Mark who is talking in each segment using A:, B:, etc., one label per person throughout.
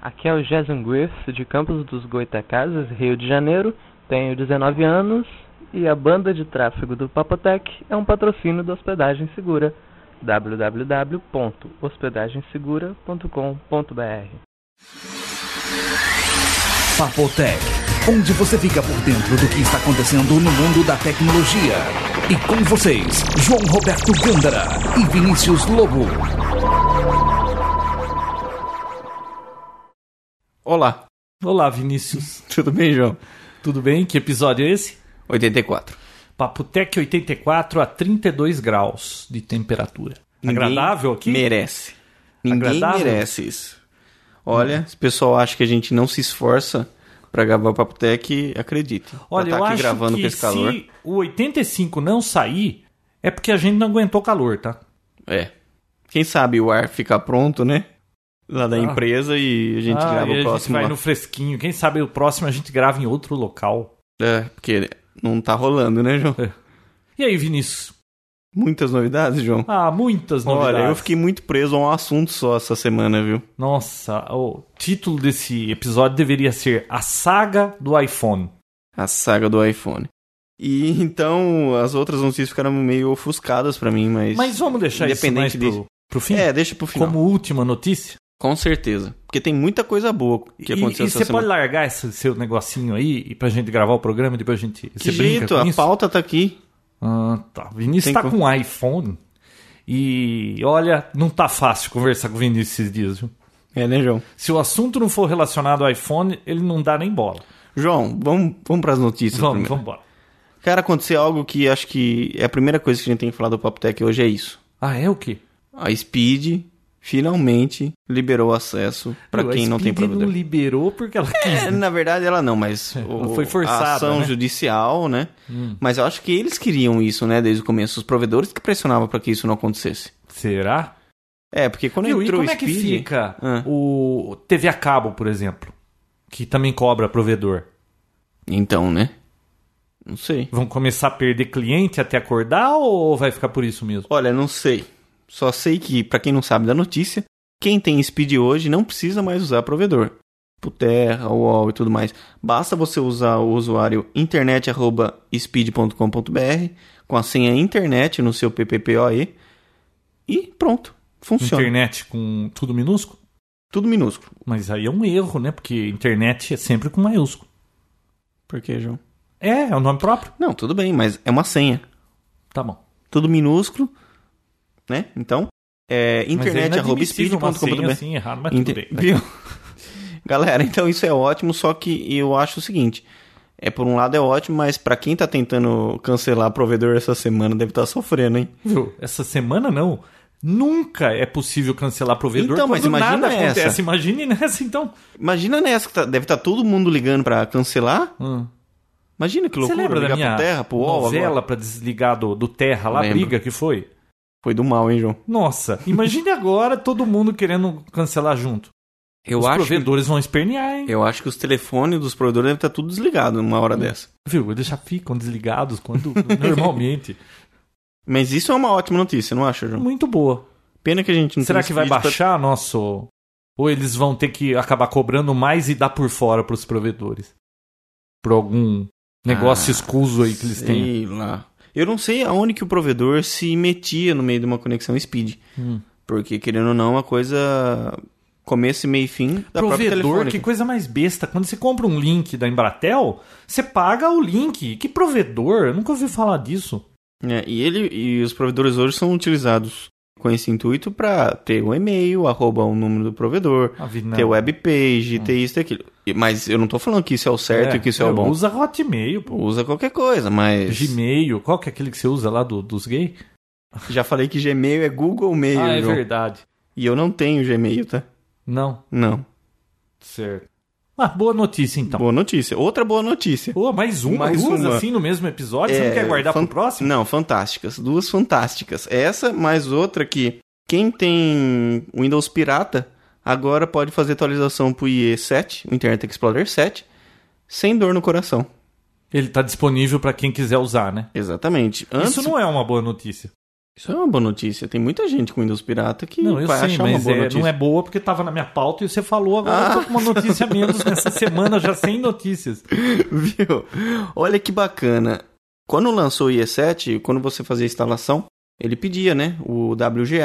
A: Aqui é o Jason Griffith, de Campos dos Goitacazes, Rio de Janeiro. Tenho 19 anos e a banda de tráfego do Papotec é um patrocínio da Hospedagem Segura. www.hospedagensegura.com.br
B: Papotec, onde você fica por dentro do que está acontecendo no mundo da tecnologia. E com vocês, João Roberto Gândara e Vinícius Lobo.
C: Olá,
D: Olá, Vinícius.
C: tudo bem, João?
D: Tudo bem? Que episódio é esse?
C: 84.
D: Papo Tech 84 a 32 graus de temperatura. Agradável aqui?
C: Merece. Ninguém
D: Agradável?
C: merece isso. Olha, se o pessoal acha que a gente não se esforça pra gravar o Papo Tech, acredite.
D: Olha,
C: tá
D: eu
C: aqui
D: acho
C: gravando
D: que
C: com esse calor.
D: se o 85 não sair, é porque a gente não aguentou o calor, tá?
C: É. Quem sabe o ar fica pronto, né? Lá da
D: Ah.
C: empresa e a gente
D: Ah,
C: grava
D: e
C: o
D: a gente
C: próximo.
D: vai
C: lá.
D: no fresquinho. Quem sabe o próximo a gente grava em outro local.
C: É, porque não tá rolando, né, João?
D: E aí, Vinícius?
C: Muitas novidades, João.
D: Ah, muitas novidades.
C: Olha, eu fiquei muito preso a um assunto só essa semana, viu?
D: Nossa, o título desse episódio deveria ser A Saga do iPhone.
C: A saga do iPhone. E então as outras notícias ficaram meio ofuscadas pra mim, mas.
D: Mas vamos deixar isso mais
C: Independente
D: pro, pro fim?
C: É, deixa pro final.
D: como última notícia?
C: Com certeza. Porque tem muita coisa boa que
D: E-
C: aconteceu
D: e
C: essa
D: você pode
C: semana.
D: largar esse seu negocinho aí e pra gente gravar o programa e depois a gente.
C: Que
D: você brinca
C: jeito,
D: com
C: a
D: isso?
C: pauta tá aqui.
D: Ah, tá. O Vinícius
C: Tem
D: tá
C: co-
D: com um iPhone e olha, não tá fácil conversar com o Vinícius esses dias, viu?
C: É, né, João?
D: Se o assunto não for relacionado ao iPhone, ele não dá nem bola.
C: João, vamos, vamos pras notícias
D: vamos,
C: é primeiro.
D: vamos embora.
C: Cara, aconteceu algo que acho que é a primeira coisa que a gente tem que falar do Papo Tech hoje é isso.
D: Ah, é o quê?
C: A Speed finalmente liberou acesso pra
D: Meu,
C: quem
D: a
C: não tem
D: Speed
C: problema.
D: não liberou porque ela quis. né?
C: É, na verdade ela não, mas
D: ela
C: o-
D: É, foi forçada,
C: a ação
D: né? Hum.
C: judicial, né? Mas eu acho que eles queriam isso, né, desde o começo. Os provedores que pressionavam pra que isso não acontecesse.
D: Será?
C: É, porque quando
D: Viu? E
C: entrou
D: como
C: o
D: é que
C: Speed...
D: fica
C: Ah.
D: o TV a cabo, por exemplo? Que também cobra provedor.
C: Então, né? Não sei.
D: Vão começar a perder cliente até acordar ou vai ficar por isso mesmo?
C: Olha, não sei. Só sei que, pra quem não sabe da notícia, quem tem Speed hoje não precisa mais usar provedor. Tipo Terra, UOL e tudo mais. Basta você usar o usuário internet.speed.com.br com a senha internet no seu PPPoE e pronto. Funciona.
D: Internet com tudo minúsculo?
C: Tudo minúsculo.
D: Mas aí é um erro, né? Porque internet é sempre com maiúsculo.
C: Por que, João?
D: É, é o nome próprio.
C: Não, tudo bem, mas é uma senha.
D: Tá bom.
C: Tudo minúsculo, né? Então, é
D: Mas é inadmissível uma senha
C: internet.speed.com.br.
D: assim errado, mas
C: Ente-
D: tudo bem.
C: Viu? Galera, então isso é ótimo, só que eu acho o seguinte, é por um lado é ótimo, mas pra quem tá tentando cancelar provedor essa semana deve estar sofrendo, hein?
D: Viu? Essa semana não. Nunca é possível cancelar provedor
C: Então, mas
D: quando
C: imagina
D: nada acontece.
C: essa.
D: Imagine nessa, então.
C: Imagina nessa que tá- deve estar todo mundo ligando pra cancelar.
D: Hum.
C: Imagina que
D: Você
C: loucura,
D: lembra da
C: ligar
D: minha
C: pro Terra, pro UOL agora.
D: novela pra desligar do, do Terra lá, a
C: Lembro.
D: briga que foi?
C: Foi do mal, hein, João?
D: Nossa, imagine agora todo mundo querendo cancelar junto.
C: Eu
D: Os
C: acho, que,
D: provedores vão espernear, hein?
C: eu acho que os telefones dos provedores devem estar tudo desligado numa hora dessa.
D: Viu? Eles já ficam desligados quando normalmente.
C: Mas isso é uma ótima notícia, não acha, João?
D: Muito boa.
C: Pena que a gente não
D: Será
C: tem
D: que vai
C: speed pra-
D: baixar nosso. Ou eles vão ter que acabar cobrando mais e dar por fora pros provedores? Por algum negócio
C: Ah,
D: escuso aí que eles
C: Sei
D: têm.
C: lá. Eu não sei aonde que o provedor se metia no meio de uma conexão speed.
D: Hum.
C: Porque, querendo ou não, é uma coisa. Começo, meio e fim da própria
D: provedor,
C: telefônica.
D: que coisa mais besta. Quando você compra um link da Embratel, você paga o link. Que provedor? Eu nunca ouvi falar disso.
C: É, e ele e os provedores hoje são utilizados com esse intuito para ter o e-mail, arroba o número do provedor,
D: Ah, Vinão.
C: ter webpage, ter isso e aquilo. E- Mas eu não tô falando que isso é o certo e que isso é o
D: meu,
C: bom. Usa...
D: Hum. Usa Hotmail, pô.
C: qualquer coisa, mas.
D: Gmail, qual que é aquele que você usa lá do- dos gays?
C: Já falei que Gmail é Google Mail.
D: ah, é
C: João.
D: verdade.
C: E eu não tenho Gmail, tá?
D: Não,
C: Não.
D: certo. Ah, boa notícia então.
C: Boa notícia. Outra boa notícia.
D: Pô, mais uma,
C: Mais
D: duas
C: uma.
D: assim no mesmo episódio? você
C: É,
D: não quer guardar
C: fan-
D: pro próximo?
C: Não, fantásticas. Duas fantásticas. Essa, mais outra que quem tem Windows Pirata agora pode fazer atualização pro IE 7, o Internet Explorer 7, sem dor no coração.
D: Ele tá disponível pra quem quiser usar, né?
C: Exatamente. Antes,
D: Isso não é uma boa notícia.
C: Isso é uma boa notícia. Tem muita gente com Windows pirata que
D: Não, eu
C: vai
D: sei,
C: achar uma
D: mas
C: boa
D: é,
C: notícia. Ah.
D: não é boa porque tava na minha pauta e você falou agora eu tô com uma notícia a menos nessa semana, já sem notícias.
C: Viu? Olha que bacana. Quando lançou o IE7, quando você fazia a instalação, ele pedia, né? O WGA,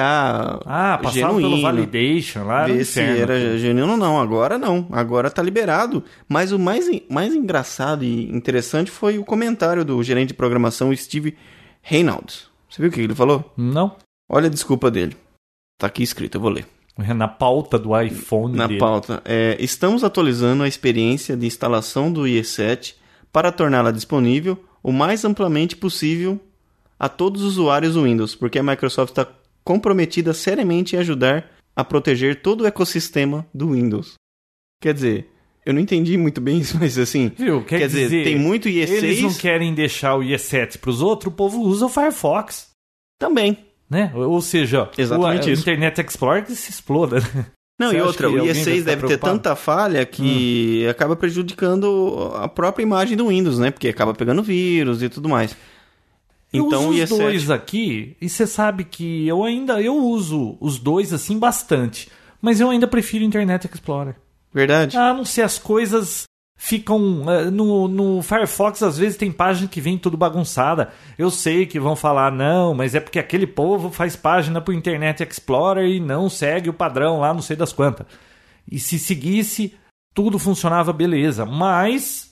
D: Ah, passava pelo
C: Genuíno.
D: validation lá.
C: ver
D: no
C: se
D: inferno.
C: era genuíno ou não. Agora não. Agora tá liberado. Mas o mais, en- mais engraçado e interessante foi o comentário do gerente de programação Steve Reynolds. Você viu o que ele falou?
D: Não.
C: Olha a desculpa dele. Tá aqui escrito, eu vou ler.
D: é Na pauta do iPhone
C: Na
D: dele.
C: pauta. É, estamos atualizando a experiência de instalação do IE7 para torná-la disponível o mais amplamente possível a todos os usuários do Windows, porque a Microsoft está comprometida seriamente em ajudar a proteger todo o ecossistema do Windows. Quer dizer, eu não entendi muito bem isso, mas assim.
D: Viu? Quer,
C: quer dizer, tem muito IE6
D: Eles não querem deixar o IE7 para os outros, o povo usa o Firefox.
C: também.
D: Né? Ou ou seja,
C: Exatamente
D: o a-
C: isso.
D: Internet Explorer que se exploda. né?
C: Não,
D: Você
C: e
D: acha
C: outra,
D: que
C: o
D: alguém vai
C: IE6
D: ficar
C: deve ter
D: preocupado? Hum.
C: tanta falha que acaba prejudicando a própria imagem do Windows, né? Porque acaba pegando vírus e tudo mais.
D: Eu
C: Então o
D: uso os
C: IE7.
D: dois aqui, e você sabe que eu ainda eu uso os dois assim bastante, mas eu ainda prefiro o Internet Explorer.
C: Verdade?
D: Ah, não sei, as coisas ficam. eh, No, no Firefox, às vezes, tem página que vem tudo bagunçada. Eu sei que vão falar, não, mas é porque aquele povo faz página pro Internet Explorer e não segue o padrão lá, não sei das quantas. E se seguisse, tudo funcionava beleza, mas.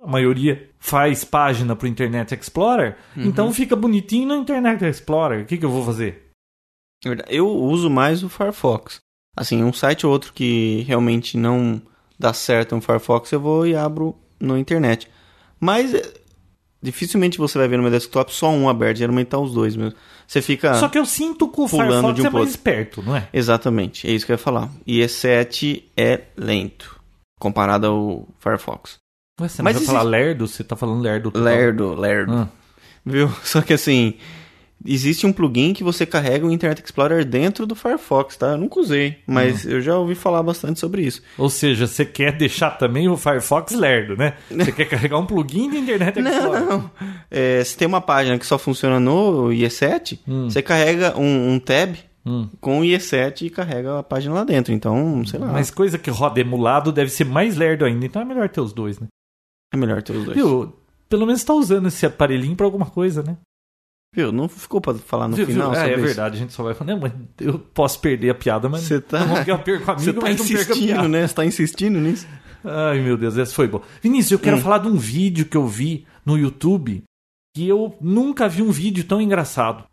D: A maioria faz página pro Internet Explorer, então fica bonitinho no Internet Explorer. O que, que eu vou fazer?
C: Verdade. Eu uso mais o Firefox. Assim, um site ou outro que realmente não dá certo no Firefox, eu vou e abro na internet. Mas eh, dificilmente você vai ver no meu desktop só um aberto, geralmente tá os dois mesmo. Você fica.
D: Só que eu sinto que o
C: Pulando
D: Firefox
C: de um
D: é
C: pro
D: mais
C: outro.
D: esperto, não é?
C: Exatamente, é isso que eu ia falar. E E7 é lento comparado ao Firefox.
D: Ué, você
C: Mas
D: não vai
C: existe-
D: falar lerdo? Você tá falando lerdo. total.
C: Lerdo, lerdo.
D: Ah.
C: Viu? Só que assim, existe um plugin que você carrega o Internet Explorer dentro do Firefox, tá? Eu nunca usei, mas
D: Ah.
C: eu já ouvi falar bastante sobre isso.
D: Ou seja, você quer deixar também o Firefox lerdo, né? Você quer carregar um plugin de Internet Explorer.
C: Não, é, se tem uma página que só funciona no IE7, você carrega um, um tab
D: Hum.
C: com o IE7 e carrega a página lá dentro. Então, sei lá,
D: Mas coisa que roda emulado deve ser mais lerdo ainda, então é melhor ter os dois, né?
C: é melhor ter os dois. Viu?
D: Viu? Pelo menos tá usando esse aparelhinho pra alguma coisa, né?
C: Não ficou pra falar no
D: Viu, viu?
C: final
D: Ah,
C: sobre
D: é
C: isso?
D: verdade, a gente só vai falar, não, mas eu posso perder a piada, mas
C: Você tá-
D: Não, que eu perco amigo,
C: Você tá
D: mas não perco a piada.
C: insistindo, né? Você tá insistindo nisso?
D: Ai, meu Deus, essa foi boa. Vinícius, eu quero
C: Hum.
D: falar de um vídeo que eu vi no YouTube que eu nunca vi um vídeo tão engraçado.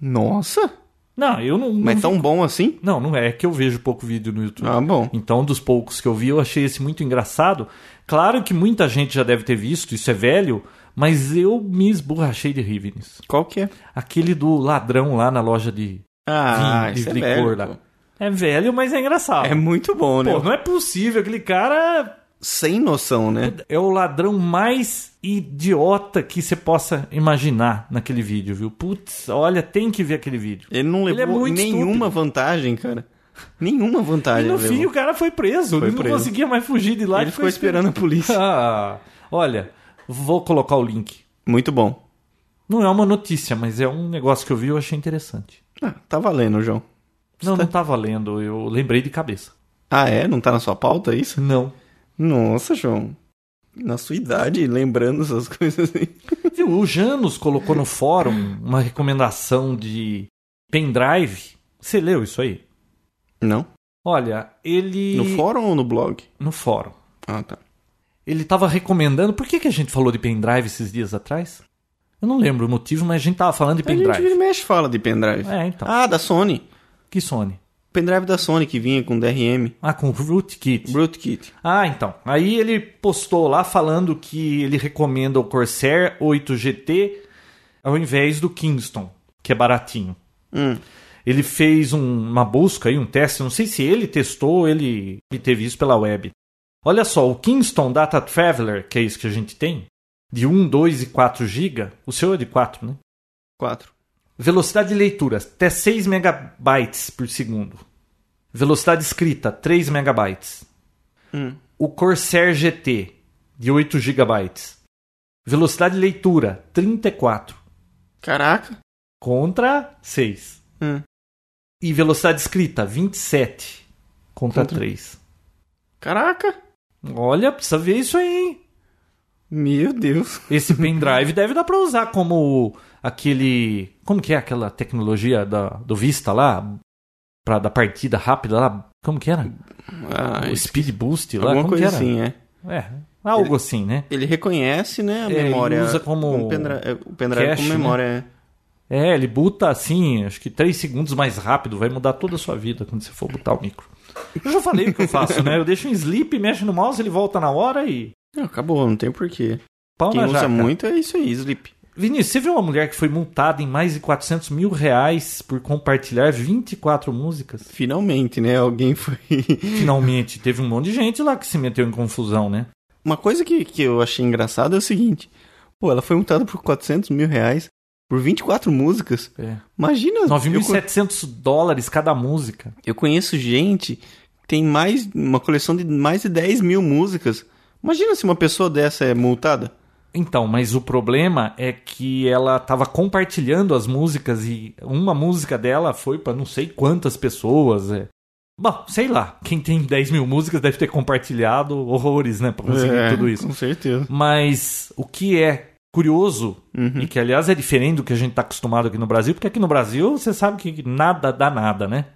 C: Nossa!
D: Não, eu não. não
C: Mas
D: vi-
C: tão bom assim?
D: Não, não é, é que eu vejo pouco vídeo no YouTube.
C: Ah, bom.
D: Então, dos poucos que eu vi, eu achei esse muito engraçado. Claro que muita gente já deve ter visto, isso é velho, mas eu me esborrachei de rir, Vinícius.
C: Qual que é?
D: Aquele do ladrão lá na loja de
C: Ah,
D: vinho, de
C: isso é
D: licor
C: velho,
D: lá.
C: pô.
D: É velho, mas é engraçado.
C: É muito bom, né?
D: Pô, não é possível, aquele cara
C: Sem noção, né?
D: é o ladrão mais idiota que você possa imaginar naquele vídeo, viu? Putz, olha, tem que ver aquele vídeo.
C: Ele não
D: Ele é
C: levou
D: muito
C: nenhuma vantagem, cara. Nenhuma
D: E
C: vantagem.
D: no
C: ele
D: fim o
C: levou.
D: cara foi preso,
C: Foi
D: ele não
C: preso.
D: conseguia mais fugir de lá.
C: Ele ficou esperando a polícia.
D: Ah, olha, vou colocar o link.
C: Muito bom.
D: Não é uma notícia, mas é um negócio que eu vi e eu achei interessante.
C: Ah, tá valendo, João.
D: Não, não tá valendo, eu lembrei de cabeça.
C: Ah, é? Não tá na sua pauta isso?
D: Não.
C: Nossa, João. Na sua idade, lembrando essas coisas aí.
D: Viu, o Janus colocou no fórum uma recomendação de pendrive. Você leu isso aí?
C: Não?
D: Olha, ele.
C: No fórum ou no blog?
D: No fórum.
C: Ah, tá.
D: Ele tava recomendando. Por que, que a gente falou de pendrive esses dias atrás? Eu não lembro o motivo, mas a gente tava falando de
C: A gente vira
D: pendrive.
C: e mexe fala de pendrive.
D: É, então.
C: Ah, da Sony.
D: Que Sony?
C: Pendrive da Sony que vinha com DRM.
D: Ah, com rootkit.
C: Rootkit.
D: Ah, então. Aí ele postou lá falando que ele recomenda o Corsair 8GT ao invés do Kingston, que é baratinho.
C: Hum.
D: Ele fez um- uma busca aí, um teste, não sei se ele testou ou ele, ele teve isso pela web. Olha só, o Kingston Data Traveler, que é isso que a gente tem, de 1, 2 e 4 GB, o seu é de 4, né?
C: 4.
D: Velocidade de leitura, até 6 megabytes por segundo. Velocidade de escrita, 3 megabytes.
C: Hum.
D: O Corsair GT, de 8 GB. Velocidade de leitura, 34.
C: Caraca.
D: contra 6.
C: Hum.
D: E velocidade escrita, 27 contra,
C: Contra-
D: 3.
C: Caraca!
D: Olha, precisa ver isso aí, hein?
C: Meu Deus.
D: Esse pendrive deve dar pra usar como aquele. Como que é aquela tecnologia da, do Vista lá? Pra, da partida rápida lá? Como que era?
C: Ah,
D: o Speed Boost lá?
C: alguma
D: como
C: coisa
D: que era?
C: assim, é.
D: É, algo assim, né?
C: Ele reconhece, né, a
D: É, ele
C: memória.
D: usa como
C: um pendra- é, o pendrive
D: cache,
C: como
D: né?
C: memória. é.
D: É, ele buta assim, acho que 3 segundos mais rápido, vai mudar toda a sua vida quando você for botar o micro. Eu já falei o que eu faço, né? Eu deixo em sleep, mexo no mouse, ele volta na hora e.
C: Não, acabou, não tem porquê.
D: Pau
C: Quem
D: na
C: usa
D: jaca.
C: muito é isso aí, Sleep.
D: Vinícius, você viu uma mulher que foi multada em mais de 400 mil reais por compartilhar 24 músicas?
C: Finalmente, né? Alguém foi.
D: Finalmente, teve um monte de gente lá que se meteu em confusão, né?
C: Uma coisa que, que eu achei engraçada é o seguinte: pô, ela foi multada por 400 mil reais por 24 músicas.
D: É.
C: Imagina. eu con-
D: 9.700 dólares cada música.
C: Eu conheço gente que tem mais uma coleção de mais de 10 mil músicas. Imagina se uma pessoa dessa é multada.
D: Então, mas o problema é que ela tava compartilhando as músicas e uma música dela foi pra não sei quantas pessoas. É. Bom, sei lá. Quem tem 10 mil músicas deve ter compartilhado horrores, né? Pra conseguir
C: É,
D: tudo isso.
C: Com certeza.
D: Mas o que é curioso,
C: Uhum.
D: e que aliás é diferente do que a gente está acostumado aqui no Brasil, porque aqui no Brasil você sabe que nada dá nada, né?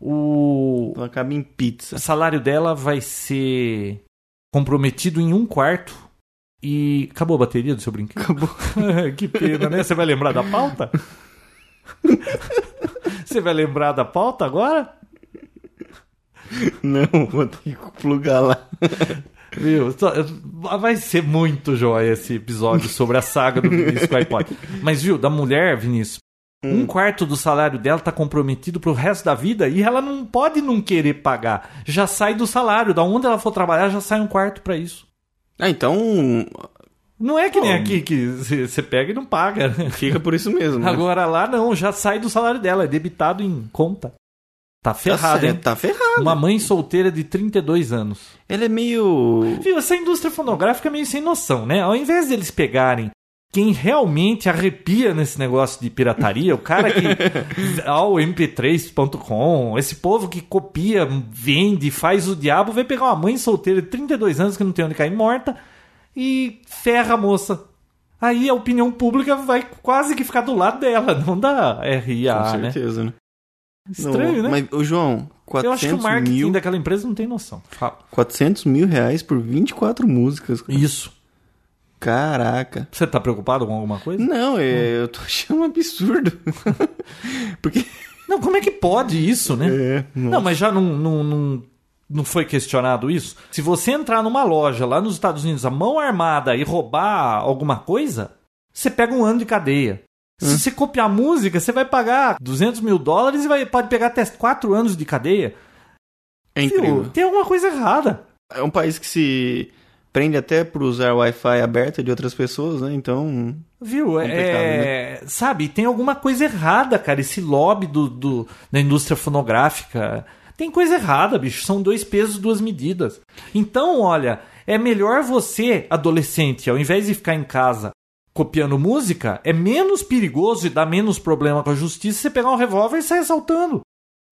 D: O
C: Ela acaba em pizza.
D: salário dela vai ser comprometido em um quarto e. Acabou a bateria do seu brinquedo? Acabou. que pena, né? Você vai lembrar da pauta? você vai lembrar da pauta agora?
C: Não, vou ter que plugar lá.
D: Meu, só- vai ser muito jóia esse episódio sobre a saga do Vinícius com o iPod. Mas viu, da mulher, Vinícius, um quarto do salário dela tá comprometido pro resto da vida e ela não pode não querer pagar. Já sai do salário, da onde ela for trabalhar, já sai um quarto pra isso.
C: Ah, então
D: Não é que nem
C: Bom.
D: aqui que você pega e não paga. né?
C: fica por isso mesmo. né?
D: Agora lá não, já sai do salário dela, é debitado em conta. Tá
C: tá
D: ferrado,
C: certo,
D: hein?
C: Tá ferrado.
D: Uma mãe solteira de 32 anos.
C: Ela é meio.
D: Tipo, Viu, essa indústria fonográfica é meio sem noção, né? Ao invés deles pegarem quem realmente arrepia nesse negócio de pirataria, o cara que. ao mp3.com, esse povo que copia, vende, faz o diabo, vai pegar uma mãe solteira de 32 anos que não tem onde cair morta e ferra a moça. Aí a opinião pública vai quase que ficar do lado dela, não da
C: com
D: RIA, né?
C: certeza, né?
D: Estranho,
C: Não,
D: né?
C: Mas, ô, João,
D: Eu acho que o
C: 400
D: marketing
C: mil,
D: daquela empresa não tem noção. Fala.
C: 400 mil reais por 24 músicas.
D: Isso.
C: Caraca.
D: Você tá preocupado com alguma coisa?
C: Não, é, eu tô achando um absurdo. Porque.
D: Não, como é que pode isso, né?
C: É,
D: Não, mas já não, não, não, não foi questionado isso? Se você entrar numa loja lá nos Estados Unidos a mão armada e roubar alguma coisa, você pega um ano de cadeia. Se você copiar música, você vai pagar 200 mil dólares e vai, pode pegar até 4 anos de cadeia.
C: é
D: Viu?
C: incrível.
D: Tem alguma coisa errada.
C: É um país que se prende até por usar Wi-Fi aberta de outras pessoas, né? Então.
D: Viu? É,
C: Complicado, né?
D: Sabe, tem alguma coisa errada, cara. Esse lobby do, do- da indústria fonográfica. Tem coisa errada, bicho. São dois pesos, duas medidas. Então, olha, é melhor você, adolescente, ao invés de ficar em casa copiando música, é menos perigoso e dá menos problema com a justiça você pegar um revólver e sair assaltando.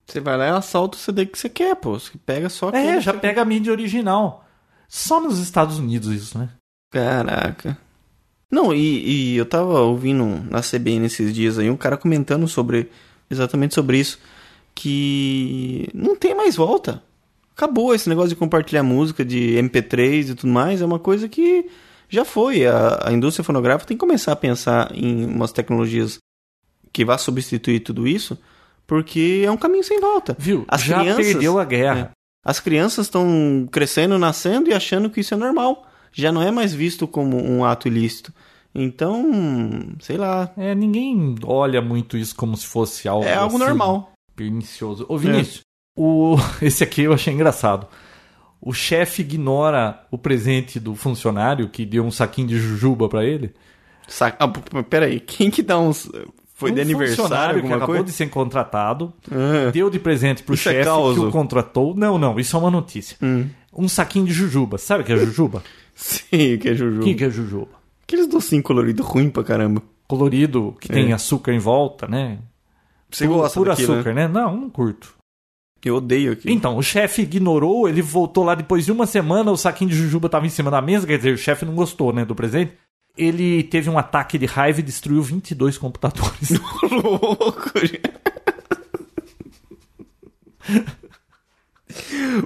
C: Você vai lá e assalta o CD que você quer, pô. Você pega só aquele.
D: É, já pega a mídia original. Só nos Estados Unidos isso, né?
C: Caraca. Não, e, e eu tava ouvindo na CBN esses dias aí um cara comentando sobre exatamente sobre isso que não tem mais volta. Acabou esse negócio de compartilhar música de MP3 e tudo mais, é uma coisa que já foi. A, a indústria fonográfica tem que começar a pensar em umas tecnologias que vá substituir tudo isso, porque é um caminho sem volta.
D: Viu?
C: As
D: já
C: crianças-
D: perdeu a guerra.
C: É. As crianças estão crescendo, nascendo e achando que isso é normal. Já não é mais visto como um ato ilícito. Então, sei lá.
D: É, ninguém olha muito isso como se fosse algo
C: É algo
D: assim,
C: normal.
D: pernicioso.
C: É.
D: Ô, Vinícius, o... esse aqui eu achei engraçado. O chefe ignora o presente do funcionário que deu um saquinho de jujuba pra ele.
C: Saca... Ah, p- p- peraí, quem que dá uns. Foi
D: um
C: de aniversário,
D: funcionário que
C: alguma
D: acabou
C: coisa?
D: de ser contratado,
C: Ah,
D: deu de presente pro
C: Isso é
D: chefe que
C: causo.
D: o contratou. Não, não, isso é uma notícia.
C: Hum.
D: Um saquinho de jujuba. Sabe o que é jujuba?
C: Sim, que é Juju.
D: O que, que é jujuba?
C: Aqueles docinhos coloridos ruim pra caramba.
D: colorido que tem açúcar em volta, né?
C: Você
D: Puro-
C: É. gosta
D: Puro
C: daquilo,
D: açúcar, né? Não, não curto.
C: Eu odeio aquilo.
D: Então, o chefe ignorou, ele voltou lá depois de uma semana, o saquinho de jujuba tava em cima da mesa, quer dizer, o chefe não gostou, né, do presente. Ele teve um ataque de raiva e destruiu 22 computadores.
C: louco.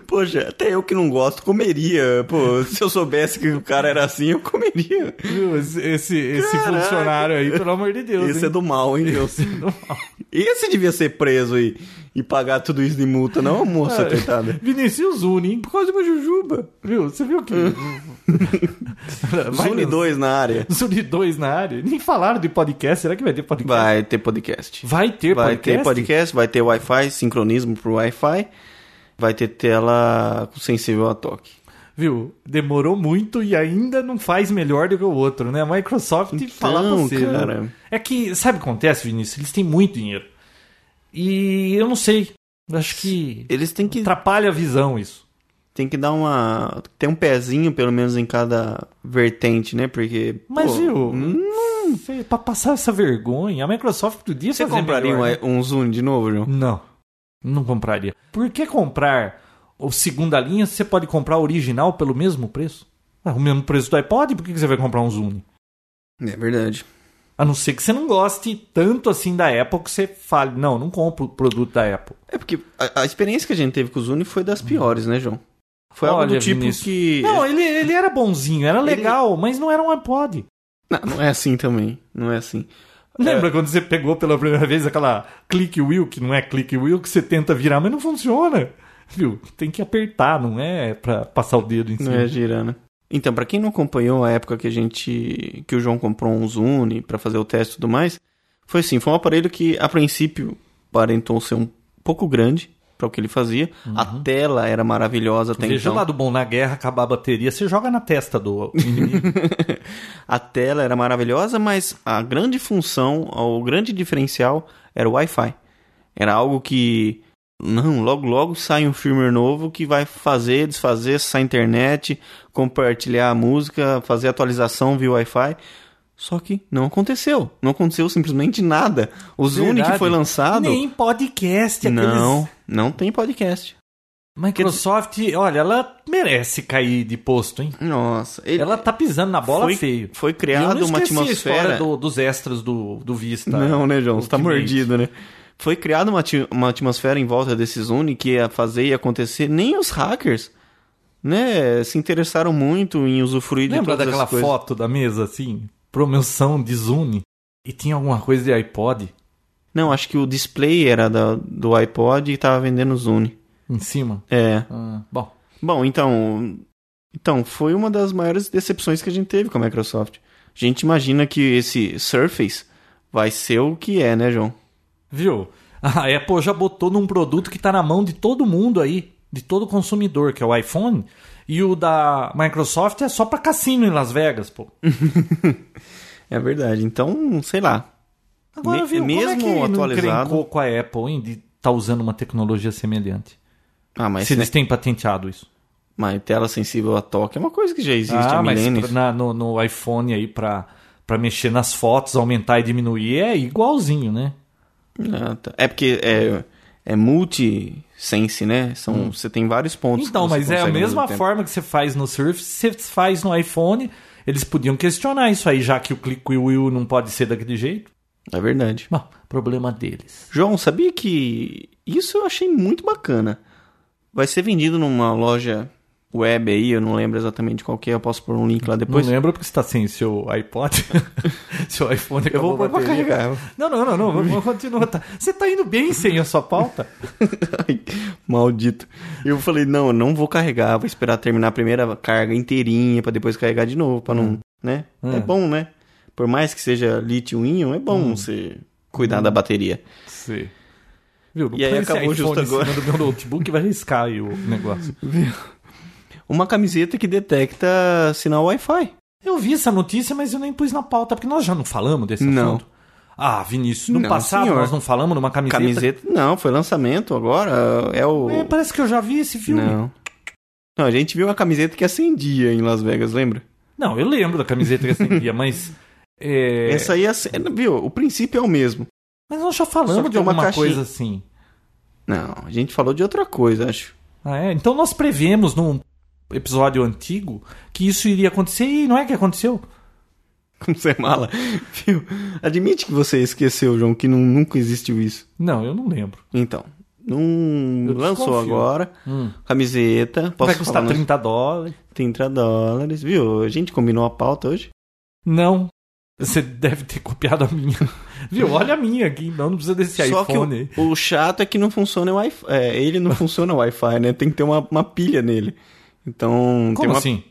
C: Poxa, até eu que não gosto comeria. Pô, se eu soubesse que o cara era assim, eu comeria.
D: Viu? Esse, esse, esse
C: Caraca.
D: funcionário aí, pelo amor de Deus.
C: Esse
D: hein?
C: é do mal, hein, Deus?
D: Esse é do mal.
C: Esse devia ser preso e, e pagar tudo isso de multa, não,
D: É,
C: moça, coitada.
D: Vinicius Zuni, hein? Por causa de uma jujuba. Viu? Você viu que. Vai
C: Zune
D: no-
C: 2 na área.
D: Zuni 2 na área. Nem falaram de podcast. Será que vai ter podcast?
C: Vai ter podcast.
D: Vai ter
C: Vai
D: podcast.
C: ter podcast, vai ter Wi-Fi, sincronismo pro Wi-Fi. Vai ter tela sensível a toque.
D: Viu? Demorou muito e ainda não faz melhor do que o outro, né? A Microsoft falar pra você. né?
C: Então, cara.
D: É que, sabe o que acontece, Vinícius? Eles têm muito dinheiro. E eu não sei. Eu Acho que
C: Eles têm que
D: atrapalha a visão isso.
C: tem que dar uma. Tem um pezinho, pelo menos, em cada vertente, né? Porque.
D: Mas,
C: pô,
D: viu? é
C: hum,
D: Sei, Pra passar essa vergonha, a Microsoft podia
C: Você
D: fazer
C: compraria
D: melhor, né?
C: um, um Zoom de novo, João?
D: Não, não compraria. Por que comprar o segunda linha se você pode comprar o original pelo mesmo preço? Ah, o mesmo preço do iPod, por que que você vai comprar um Zune?
C: É verdade.
D: A não ser que você não goste tanto assim da Apple que você fale, não, não compro o produto da Apple.
C: É porque a, a experiência que a gente teve com o Zune foi das piores, né, João? Foi algo do
D: Olha,
C: tipo
D: Vinícius.
C: que.
D: Não, é- ele, ele era bonzinho, era
C: Ele-
D: legal, mas não era um iPod.
C: Não, não é assim também. Não é assim.
D: Lembra quando você pegou pela primeira vez aquela click wheel, que não é click wheel, que você tenta virar, mas não funciona? Viu? Tem que apertar, não é pra passar o dedo em cima.
C: Não é girar, né? Então, pra quem não acompanhou a época que a gente. que o João comprou um Zune pra fazer o teste e tudo mais, foi assim, foi um aparelho que a princípio parentou ser um pouco grande pra o que ele fazia.
D: Uhum.
C: A tela era maravilhosa até
D: Veja o
C: então.
D: lado bom, na guerra, acabar a bateria, você joga na testa do inimigo.
C: A tela era maravilhosa, mas a grande função, o grande diferencial era o Wi-Fi. Era algo que. Não, logo logo sai um firmware novo que vai fazer, desfazer essa internet, compartilhar a música, fazer atualização via Wi-Fi. Só que não aconteceu. Não aconteceu simplesmente nada. O Zune que
D: Verdade.
C: foi lançado.
D: Nem podcast aqueles...
C: Ah, Não, não tem podcast.
D: Microsoft, olha, ela merece cair de posto, hein?
C: Nossa, ele
D: Ela tá pisando na bola
C: foi,
D: feio.
C: foi
D: E eu
C: criado
D: não
C: uma
D: esqueci a
C: atmosfera.
D: história do- dos extras do, do Vista.
C: Não, né, João? Você tá
D: Ultimate.
C: mordido, né? Foi criada uma, ati- uma atmosfera em volta desse Zune que ia fazer e acontecer. Nem os hackers, né, se interessaram muito em usufruir de
D: Lembra
C: todas
D: daquela
C: essas coisas.
D: foto da mesa, assim? Promoção de Zune. E tinha alguma coisa de iPod
C: Não, acho que o display era da- do iPod e tava vendendo o Zune.
D: em cima.
C: É.
D: Ah, bom,
C: Bom, então... Então, foi uma das maiores decepções que a gente teve com a Microsoft. A gente imagina que esse Surface vai ser o que é, né, João?
D: viu? A Apple já botou num produto que tá na mão de todo mundo aí, de todo consumidor, que é o iPhone. E o da Microsoft é só pra cassino em Las Vegas, pô.
C: É verdade. Então, sei lá.
D: Agora,
C: Me-
D: viu,
C: mesmo
D: como é que
C: atualizado-
D: não encrencou com a Apple, hein, de tá usando uma tecnologia semelhante?
C: Ah, mas...
D: Se eles têm patenteado isso.
C: Mas tela sensível a toque é uma coisa que já existe há
D: ah, mas
C: milênios.
D: pra- na- no, no iPhone aí pra, pra mexer nas fotos, aumentar e diminuir, é igualzinho, né?
C: Ah, tá. É porque é, é multi-sense, né? São, Você tem vários pontos.
D: Hum. Então,
C: que você
D: mas é a
C: consegue ao mesmo
D: mesma
C: tempo.
D: forma que você faz no Surface, você faz no iPhone. Eles podiam questionar isso aí, já que o Click Will não pode ser daquele jeito.
C: É verdade.
D: Bom, problema deles.
C: João, sabia que isso eu achei muito bacana. Vai ser vendido numa loja web aí, eu não lembro exatamente qual que é, eu posso pôr um link lá depois.
D: Não lembra porque você tá sem seu iPod? seu iPhone
C: eu vou
D: acabou
C: pôr
D: a
C: pra
D: bateria.
C: carregar.
D: Não, não, não, não, vamos continuar. Tá- Você tá indo bem sem a sua pauta?
C: Ai, Maldito. Eu falei, não, eu não vou carregar, vou esperar terminar a primeira carga inteirinha pra depois carregar de novo, pra não, né? É.
D: É.
C: bom, né? Por mais que seja lítio-íon, é bom
D: Hum.
C: você cuidar da bateria.
D: Sim. Viu? Não
C: E aí
D: põe esse
C: acabou justo
D: iPhone em cima
C: agora.
D: do meu notebook vai riscar aí o negócio.
C: Uma camiseta que detecta sinal Wi-Fi.
D: Eu vi essa notícia, mas eu nem pus na pauta, porque nós já não falamos desse
C: Não.
D: assunto. Ah, Vinícius, no
C: Não,
D: passado
C: senhor.
D: nós não falamos numa camiseta.
C: Camiseta, não, foi lançamento agora, é o...
D: É, parece que eu já vi esse filme. Não,
C: não. Não, a gente viu uma camiseta que acendia em Las Vegas, lembra?
D: eu lembro da camiseta que acendia, mas É,
C: Essa aí é. a se- Viu? O princípio é o mesmo.
D: Mas nós já
C: Só
D: falamos
C: que
D: de
C: tem uma
D: alguma
C: caixinha.
D: coisa assim.
C: Não, a gente falou de outra coisa, acho.
D: Ah, é? Então nós prevemos num episódio antigo que isso iria acontecer e não é que aconteceu.
C: Como você é mala. Viu? Admite que você esqueceu, João, que não, nunca existiu isso.
D: Não, eu não lembro.
C: Então. Não
D: Eu
C: lançou
D: desconfio.
C: agora. Camiseta. Hum, Posso
D: Vai custar
C: falar, né?
D: 30 dólares.
C: 30 dólares, viu? A gente combinou a pauta hoje.
D: Não. Você deve ter copiado a minha. Viu? Olha a minha aqui. Não, não precisa desse
C: Só
D: iPhone. aí.
C: que o, o chato é que não funciona o Wi-Fi. É, ele não funciona o Wi-Fi, né? Tem que ter uma, uma pilha nele. Então, tem,
D: Como
C: uma-
D: assim?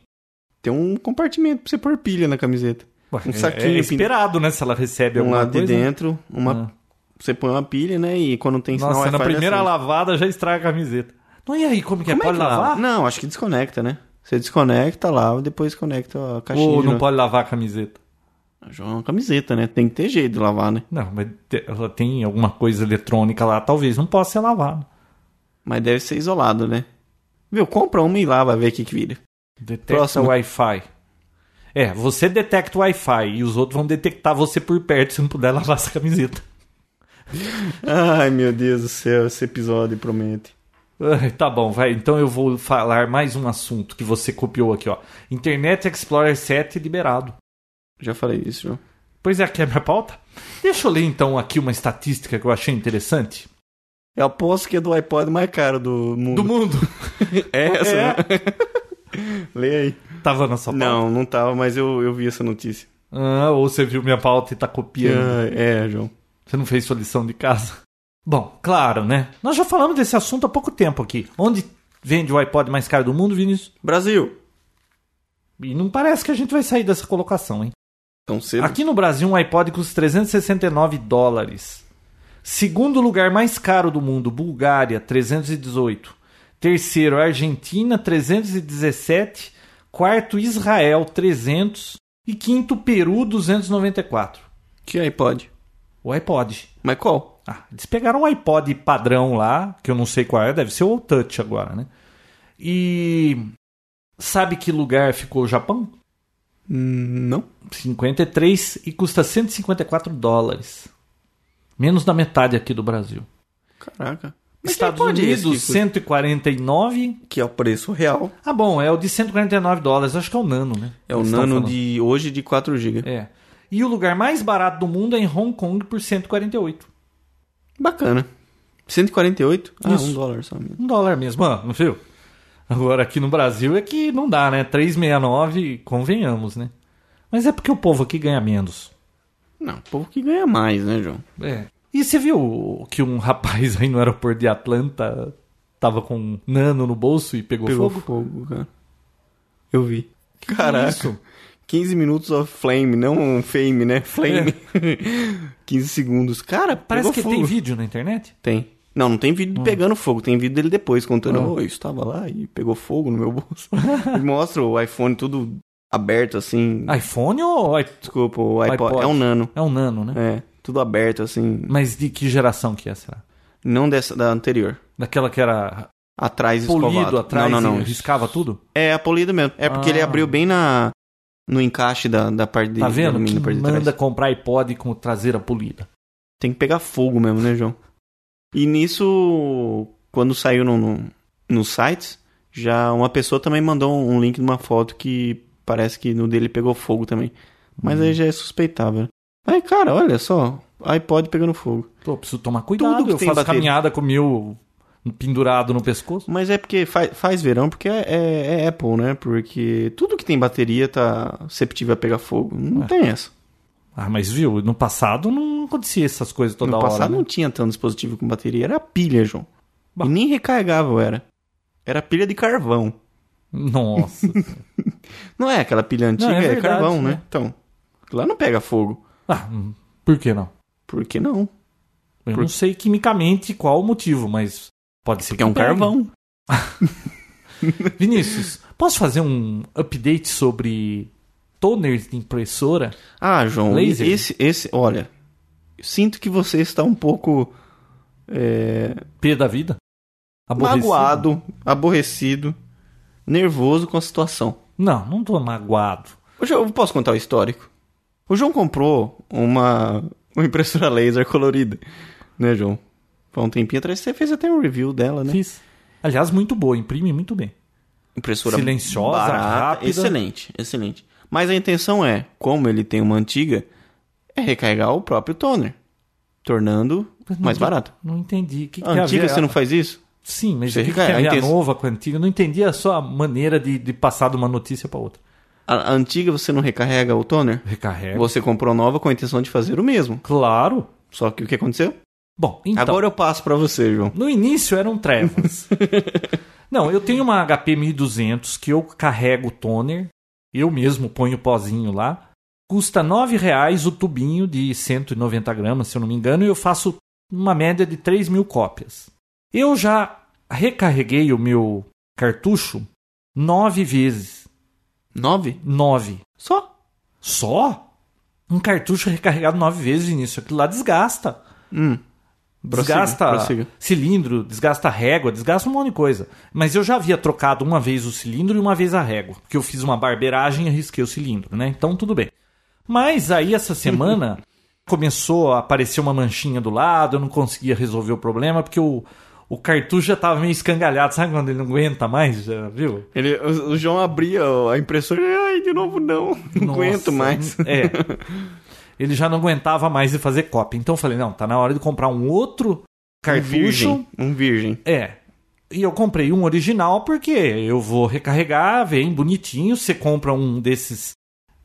C: tem um compartimento pra você pôr pilha na camiseta.
D: Ué,
C: um
D: é-
C: saquinho
D: é
C: pin-
D: esperado, né? Se ela recebe
C: um
D: alguma
C: lado de
D: coisa.
C: dentro, uma,
D: Ah.
C: você põe uma pilha, né? E quando tem sinal
D: Nossa, é
C: Wi-Fi...
D: na
C: ele
D: primeira
C: acende.
D: lavada já estraga a camiseta. Não, e aí, como que
C: assim. Como
D: é? Pode
C: que lava?
D: lavar?
C: Não, acho que desconecta, né? Você desconecta, lava, depois conecta a caixinha.
D: Ou
C: de
D: não
C: novo.
D: pode lavar a camiseta?
C: João, é uma camiseta, né? Tem que ter jeito de lavar, né?
D: Não, mas te- ela tem alguma coisa eletrônica lá, talvez não possa ser lavada.
C: Mas deve ser isolado, né? Viu, compra uma e lá, vai ver o que que vira.
D: Detecta
C: Próximo.
D: o Wi-Fi. É, você detecta o Wi-Fi e os outros vão detectar você por perto se não puder lavar essa camiseta.
C: Ai, meu Deus do céu, esse episódio promete.
D: Ai, tá bom, vai. Então eu vou falar mais um assunto que você copiou aqui, ó. Internet Explorer 7 liberado.
C: Já falei isso, João.
D: Pois é, aqui é a minha pauta. Deixa eu ler então aqui uma estatística que eu achei interessante.
C: Eu aposto que é do iPod mais caro do mundo.
D: Do mundo.
C: É essa,
D: É.
C: né? Lê aí.
D: Tava na sua pauta.
C: Não, não tava, mas eu, eu vi essa notícia.
D: Ah, ou você viu minha pauta e tá copiando.
C: Ah, É, João.
D: Você não fez sua lição de casa? Bom, claro, né? Nós já falamos desse assunto há pouco tempo aqui. Onde vende o iPod mais caro do mundo, Vinícius?
C: Brasil.
D: E não parece que a gente vai sair dessa colocação, hein?
C: Tão cedo.
D: Aqui no Brasil, um iPod custa 369 dólares. Segundo lugar mais caro do mundo, Bulgária, 318. Terceiro, Argentina, 317. Quarto, Israel, 300. E quinto, Peru, 294.
C: Que é iPod?
D: O iPod.
C: Mas qual?
D: Ah, eles pegaram um iPod padrão lá, que eu não sei qual é, deve ser o Touch agora, né? E sabe que lugar ficou o Japão?
C: Hum, Não.
D: 53 e custa 154 dólares. Menos da metade aqui do Brasil.
C: Caraca.
D: Estados
C: que iPod é esse
D: Unidos,
C: que custa?
D: 149.
C: Que é o preço real.
D: Ah, bom, é o de 149 dólares, acho que é o Nano, né?
C: É o
D: Eles estão
C: nano
D: falando.
C: de hoje de 4 GB.
D: É. E o lugar mais barato do mundo é em Hong Kong por 148.
C: Bacana. 148? Ah,
D: Isso.
C: um dólar só. mesmo.
D: Um dólar mesmo, ah, não viu? Agora aqui no Brasil é que não dá, né? 369, convenhamos, né? Mas é porque o povo aqui ganha menos.
C: Não, o povo que ganha mais, né, João?
D: É. E você viu que um rapaz aí no aeroporto de Atlanta tava com um nano no bolso e pegou,
C: Pegou
D: fogo? é
C: fogo, cara. Eu vi. Caraca.
D: isso?
C: 15 minutos of flame, não fame, né? Flame. 15 segundos. Cara,
D: É. Parece
C: pegou
D: que
C: fogo.
D: tem Ah. vídeo na internet.
C: Tem. Não, não tem vídeo pegando fogo, tem vídeo dele depois contando,
D: Ah.
C: oh, eu estava lá e pegou fogo no meu bolso. Ele mostra o iPhone tudo aberto assim.
D: iPhone ou i-
C: Desculpa, o iPod.
D: iPod.
C: É um nano.
D: é um nano, né?
C: É, tudo aberto assim.
D: Mas de que geração que é, será?
C: Não dessa da anterior.
D: Daquela que era
C: Atrás
D: polido
C: escovado.
D: atrás
C: não, não,
D: e
C: não.
D: riscava tudo?
C: É, a polida mesmo. É porque
D: Ah.
C: ele abriu bem na no encaixe da, da parte de
D: Tá
C: de
D: vendo?
C: alumínio,
D: Que
C: parte de
D: manda
C: trás.
D: comprar iPod com traseira polida.
C: Tem que pegar fogo mesmo, né, João? E nisso, quando saiu no, no, nos sites, já uma pessoa também mandou um link de uma foto que parece que no dele pegou fogo também. Mas
D: Uhum.
C: aí já é suspeitável. Aí, cara, olha só, iPod pegando fogo.
D: Pô, eu preciso tomar cuidado.
C: Tudo que
D: eu
C: tem
D: faço
C: bateria.
D: caminhada com o meu pendurado no pescoço.
C: Mas é porque faz, faz verão, porque é, é- é Apple, né? Porque tudo que tem bateria tá susceptível a pegar fogo. Não
D: É.
C: tem essa.
D: Ah, mas viu, no passado não acontecia essas coisas toda
C: no
D: hora.
C: passado
D: né?
C: não tinha tanto dispositivo com bateria, era pilha, João.
D: Bah.
C: E nem recarregável era. Era pilha de carvão.
D: Nossa.
C: Não é aquela pilha antiga,
D: Não, é
C: é,
D: verdade,
C: carvão, né?
D: né?
C: Então, lá não pega fogo.
D: ah, hum, por que não?
C: Por que não?
D: Eu
C: Por-
D: não sei quimicamente qual o motivo, mas pode ser
C: Porque é um
D: que pegue.
C: carvão.
D: Vinícius, posso fazer um update sobre toners de impressora?
C: Ah, João,
D: Laser.
C: esse, esse, olha, sinto que você está um pouco é,
D: P da vida? Aborrecido?
C: magoado, aborrecido, nervoso com a situação.
D: Não, não tô magoado.
C: Hoje eu posso contar o histórico. O João comprou uma, uma impressora laser colorida, né, João? Foi um tempinho atrás. Você fez até um review dela, né?
D: Fiz. Aliás, muito boa, imprime muito bem.
C: Impressora
D: Silenciosa, rápida.
C: Excelente, excelente. Mas a intenção é, como ele tem uma antiga, é recarregar o próprio toner, tornando
D: Mas não
C: mais
D: tô-
C: barato.
D: Não entendi. O que, que
C: A
D: tem a
C: antiga
D: ver?
C: você não faz isso?
D: Sim, mas
C: Você
D: o que, que
C: recarrega,
D: tem a ver a
C: entende?
D: nova com a antiga? Eu não entendi a sua maneira de, de passar de uma notícia para outra.
C: A, a antiga você não recarrega o toner?
D: Recarrega.
C: Você comprou nova com a intenção de fazer o mesmo.
D: Claro.
C: Só que o que aconteceu?
D: Bom, então.
C: Agora eu passo pra você, João.
D: No início eram trevas. Não, eu tenho uma HP 1200 que eu carrego o toner, eu mesmo ponho o pozinho lá. Custa R$ 9,00 o tubinho de 190 gramas, se eu não me engano, e eu faço uma média de 3 mil cópias. Eu já recarreguei o meu cartucho nove vezes.
C: Nove?
D: Nove.
C: Só?
D: Só? Um cartucho recarregado nove vezes, Vinícius. Aquilo lá desgasta.
C: Hum. Prossiga,
D: Desgasta
C: prossiga.
D: cilindro, desgasta régua, desgasta um monte de coisa. Mas eu já havia trocado uma vez o cilindro e uma vez a régua. Porque eu fiz uma barbeiragem e risquei o cilindro, né? Então tudo bem. Mas aí essa semana começou a aparecer uma manchinha do lado, eu não conseguia resolver o problema, porque o, o cartucho já tava meio escangalhado, sabe quando ele não aguenta mais, já viu?
C: Ele, o, o João abria a impressora e, ai, de novo não. Não
D: Nossa,
C: aguento mais.
D: É. Ele já não aguentava mais de fazer cópia. Então eu falei, não, tá na hora de comprar um outro
C: Um
D: cartucho.
C: virgem. Um virgem.
D: É. E eu comprei um original porque eu vou recarregar, vem bonitinho. Você compra um desses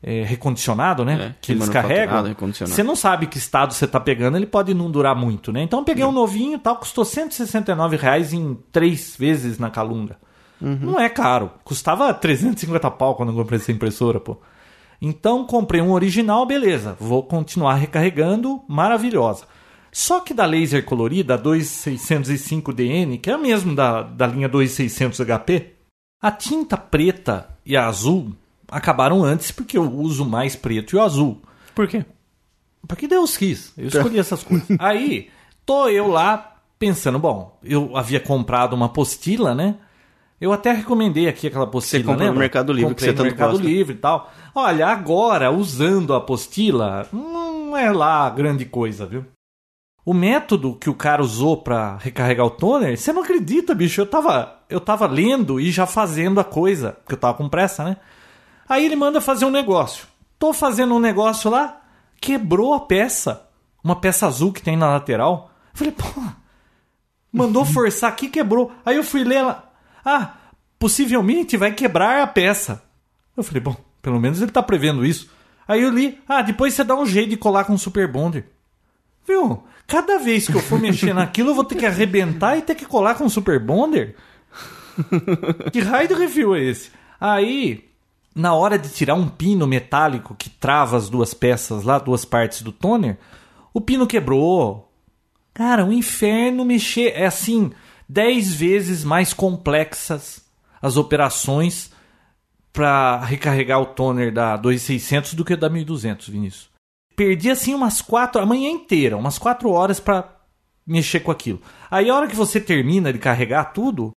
D: é, recondicionado, né?
C: É,
D: que eles
C: manufaturado,
D: carregam.
C: recondicionado.
D: Você não sabe que estado você tá pegando, ele pode não durar muito, né? Então eu peguei um novinho e tal, custou R$ 169 reais em três vezes na Calunga.
C: Uhum.
D: Não é caro. Custava 350 pau quando eu comprei essa impressora, pô. Então comprei um original, beleza. Vou continuar recarregando, maravilhosa. Só que da laser colorida, a 2605DN, que é a mesma da, da linha 2600HP, a tinta preta e a azul acabaram antes porque eu uso mais preto e o azul.
C: Por quê?
D: Porque Deus quis. Eu escolhi essas coisas. Aí, tô eu lá pensando, bom, eu havia comprado uma apostila, né? Eu até recomendei aqui aquela apostila,
C: comprou no
D: lembra?
C: Mercado Livre, que
D: Comprei
C: você
D: no
C: tanto
D: Mercado
C: gosta.
D: Livre e tal. Olha, agora, usando a apostila, não é lá grande coisa, viu? O método que o cara usou pra recarregar o toner, você não acredita, bicho. Eu tava, eu tava lendo e já fazendo a coisa, porque eu tava com pressa, né? Aí ele manda fazer um negócio. Tô fazendo um negócio lá, quebrou a peça. Uma peça azul que tem na lateral. Eu falei, pô, mandou forçar aqui, quebrou. Aí eu fui ler lá. Ah, possivelmente vai quebrar a peça. Eu falei, bom, pelo menos ele tá prevendo isso. Aí eu li, ah, depois você dá um jeito de colar com o Super Bonder. Viu? Cada vez que eu for mexer naquilo, eu vou ter que arrebentar e ter que colar com o Super Bonder? Que raio de review é esse? Aí, na hora de tirar um pino metálico que trava as duas peças lá, duas partes do toner, o pino quebrou. Cara, um inferno mexer. É assim, 10 vezes mais complexas as operações para recarregar o toner da 2600 do que da 1200, Vinícius. Perdi assim umas 4, a manhã inteira, umas 4 horas para mexer com aquilo. Aí a hora que você termina de carregar tudo,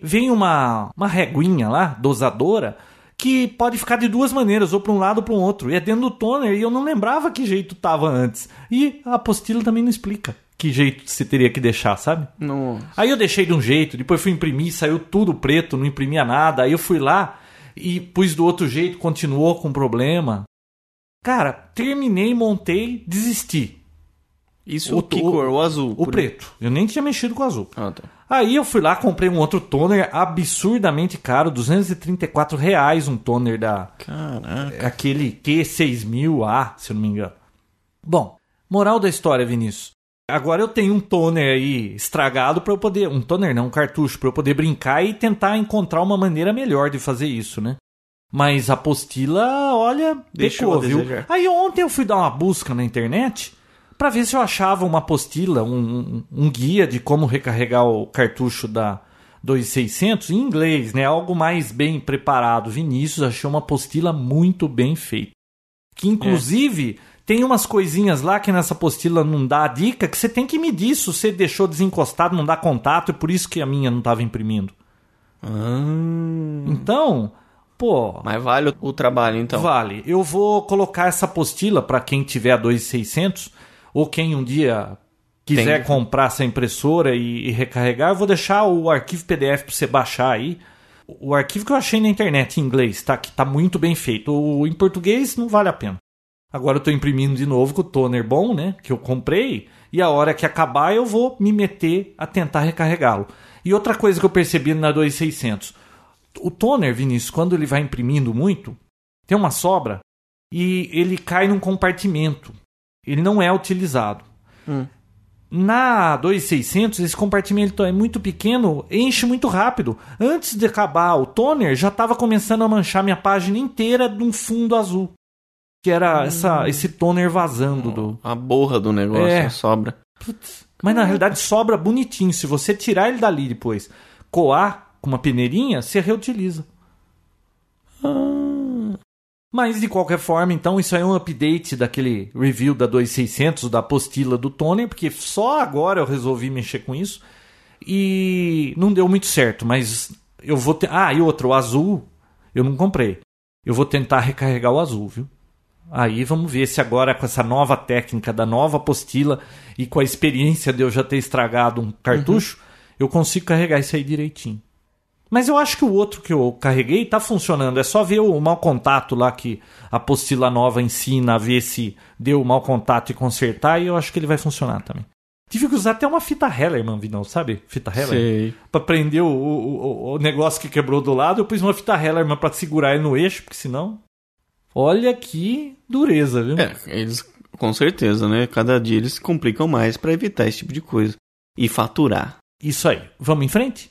D: vem uma, uma reguinha lá, dosadora, que pode ficar de duas maneiras, ou para um lado ou para o outro. E é dentro do toner, e eu não lembrava que jeito tava antes. E a apostila também não explica que jeito você teria que deixar, sabe?
C: Não.
D: Aí eu deixei de um jeito, depois fui imprimir, saiu tudo preto, não imprimia nada. Aí eu fui lá e pus do outro jeito, continuou com problema. Cara, terminei, montei, desisti.
C: Isso
D: O-
C: o, que cor? O azul.
D: O
C: por-
D: preto. Eu nem tinha mexido com o azul.
C: Ah, tá.
D: Aí eu fui lá, comprei um outro toner absurdamente caro, 234 reais um toner da
C: Caraca.
D: aquele Q6000A, se eu não me engano. Bom, moral da história, Vinícius. Agora eu tenho um toner aí estragado para eu poder, um toner não, um cartucho para eu poder brincar e tentar encontrar uma maneira melhor de fazer isso, né? Mas a apostila, olha,
C: Deixou
D: deixou,
C: a
D: viu?
C: desejar.
D: Aí ontem eu fui dar uma busca na internet para ver se eu achava uma apostila, um, um- um guia de como recarregar o cartucho da 2600 em inglês, né? Algo mais bem preparado. Vinícius achou uma apostila muito bem feita. Que inclusive tem umas coisinhas lá que nessa apostila não dá a dica que você tem que medir se você deixou desencostado, não dá contato, e por isso que a minha não estava imprimindo.
C: Ah.
D: Então, Pô,
C: Mas vale o trabalho, então.
D: Vale. Eu vou colocar essa apostila para quem tiver a 2,600 ou quem um dia quiser
C: Tem.
D: comprar essa impressora e, e recarregar. Eu vou deixar o arquivo PDF para você baixar aí. O arquivo que eu achei na internet em inglês, tá? Que tá muito bem feito. O em português não vale a pena. Agora eu tô imprimindo de novo com o toner bom, né? Que eu comprei. E a hora que acabar eu vou me meter a tentar recarregá-lo. E outra coisa que eu percebi na 2600. O toner, Vinícius, quando ele vai imprimindo muito, tem uma sobra e ele cai num compartimento. Ele não é utilizado.
C: Hum.
D: Na 2600, esse compartimento é muito pequeno, enche muito rápido. Antes de acabar o toner, já estava começando a manchar minha página inteira de um fundo azul. Que era essa, esse toner vazando do.
C: A borra do negócio
D: É.
C: sobra.
D: Putz, mas na realidade sobra bonitinho. Se você tirar ele dali depois, coar com uma peneirinha, você reutiliza. Ah. Mas de qualquer forma, então, isso aí é um update daquele review da 2600, da apostila do Toner, porque só agora eu resolvi mexer com isso. E não deu muito certo, mas eu vou. Te... Ah, e outro, o azul eu não comprei. Eu vou tentar recarregar o azul, viu? Aí vamos ver se agora com essa nova técnica da nova apostila e com a experiência de eu já ter estragado um cartucho, eu consigo carregar isso aí direitinho. Mas eu acho que o outro que eu carreguei tá funcionando. É só ver o mau contato lá que a apostila nova ensina a ver se deu o mau contato e consertar e eu acho que ele vai funcionar também. Tive que usar até uma fita Hellerman, Vinão, sabe? Fita Hellerman pra prender o, o, o- o negócio que quebrou do lado, eu pus uma fita Hellerman pra segurar ele no eixo, porque senão. Olha que dureza, viu?
C: É, eles, com certeza, né? Cada dia eles se complicam mais pra evitar esse tipo de coisa. E faturar.
D: Isso aí. Vamos em frente?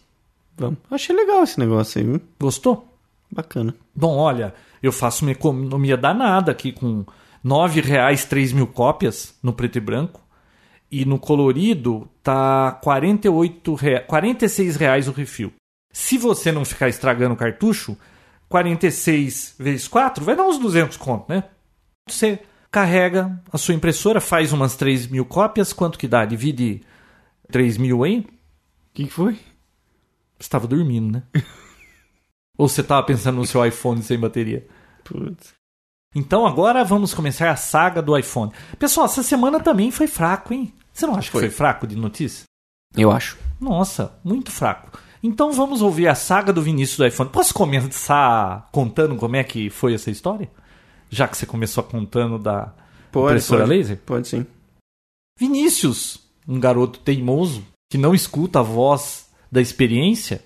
C: Vamos. Achei legal esse negócio aí, viu?
D: Gostou?
C: Bacana.
D: Bom, olha, eu faço uma economia danada aqui com R$ 9,00, 3 mil cópias no preto e branco. E no colorido tá R$ 48 rea- R$ 46 reais o refil. Se você não ficar estragando o cartucho, 46 vezes 4 vai dar uns 200 conto, né? Você carrega a sua impressora, faz umas 3 mil cópias. Quanto que dá? Divide 3 mil aí?
C: O que, foi?
D: Você estava dormindo, né? Ou você estava pensando no seu iPhone sem bateria?
C: Putz.
D: Então agora vamos começar a saga do iPhone. Pessoal, essa semana também foi fraco, hein? Você não acha que
C: Foi.
D: foi fraco de notícia?
C: Eu acho.
D: Nossa, muito fraco. Então vamos ouvir a saga do Vinícius do iPhone. Posso começar contando como é que foi essa história? Já que você começou contando da impressora laser?
C: Pode sim.
D: Vinícius, um garoto teimoso que não escuta a voz da experiência,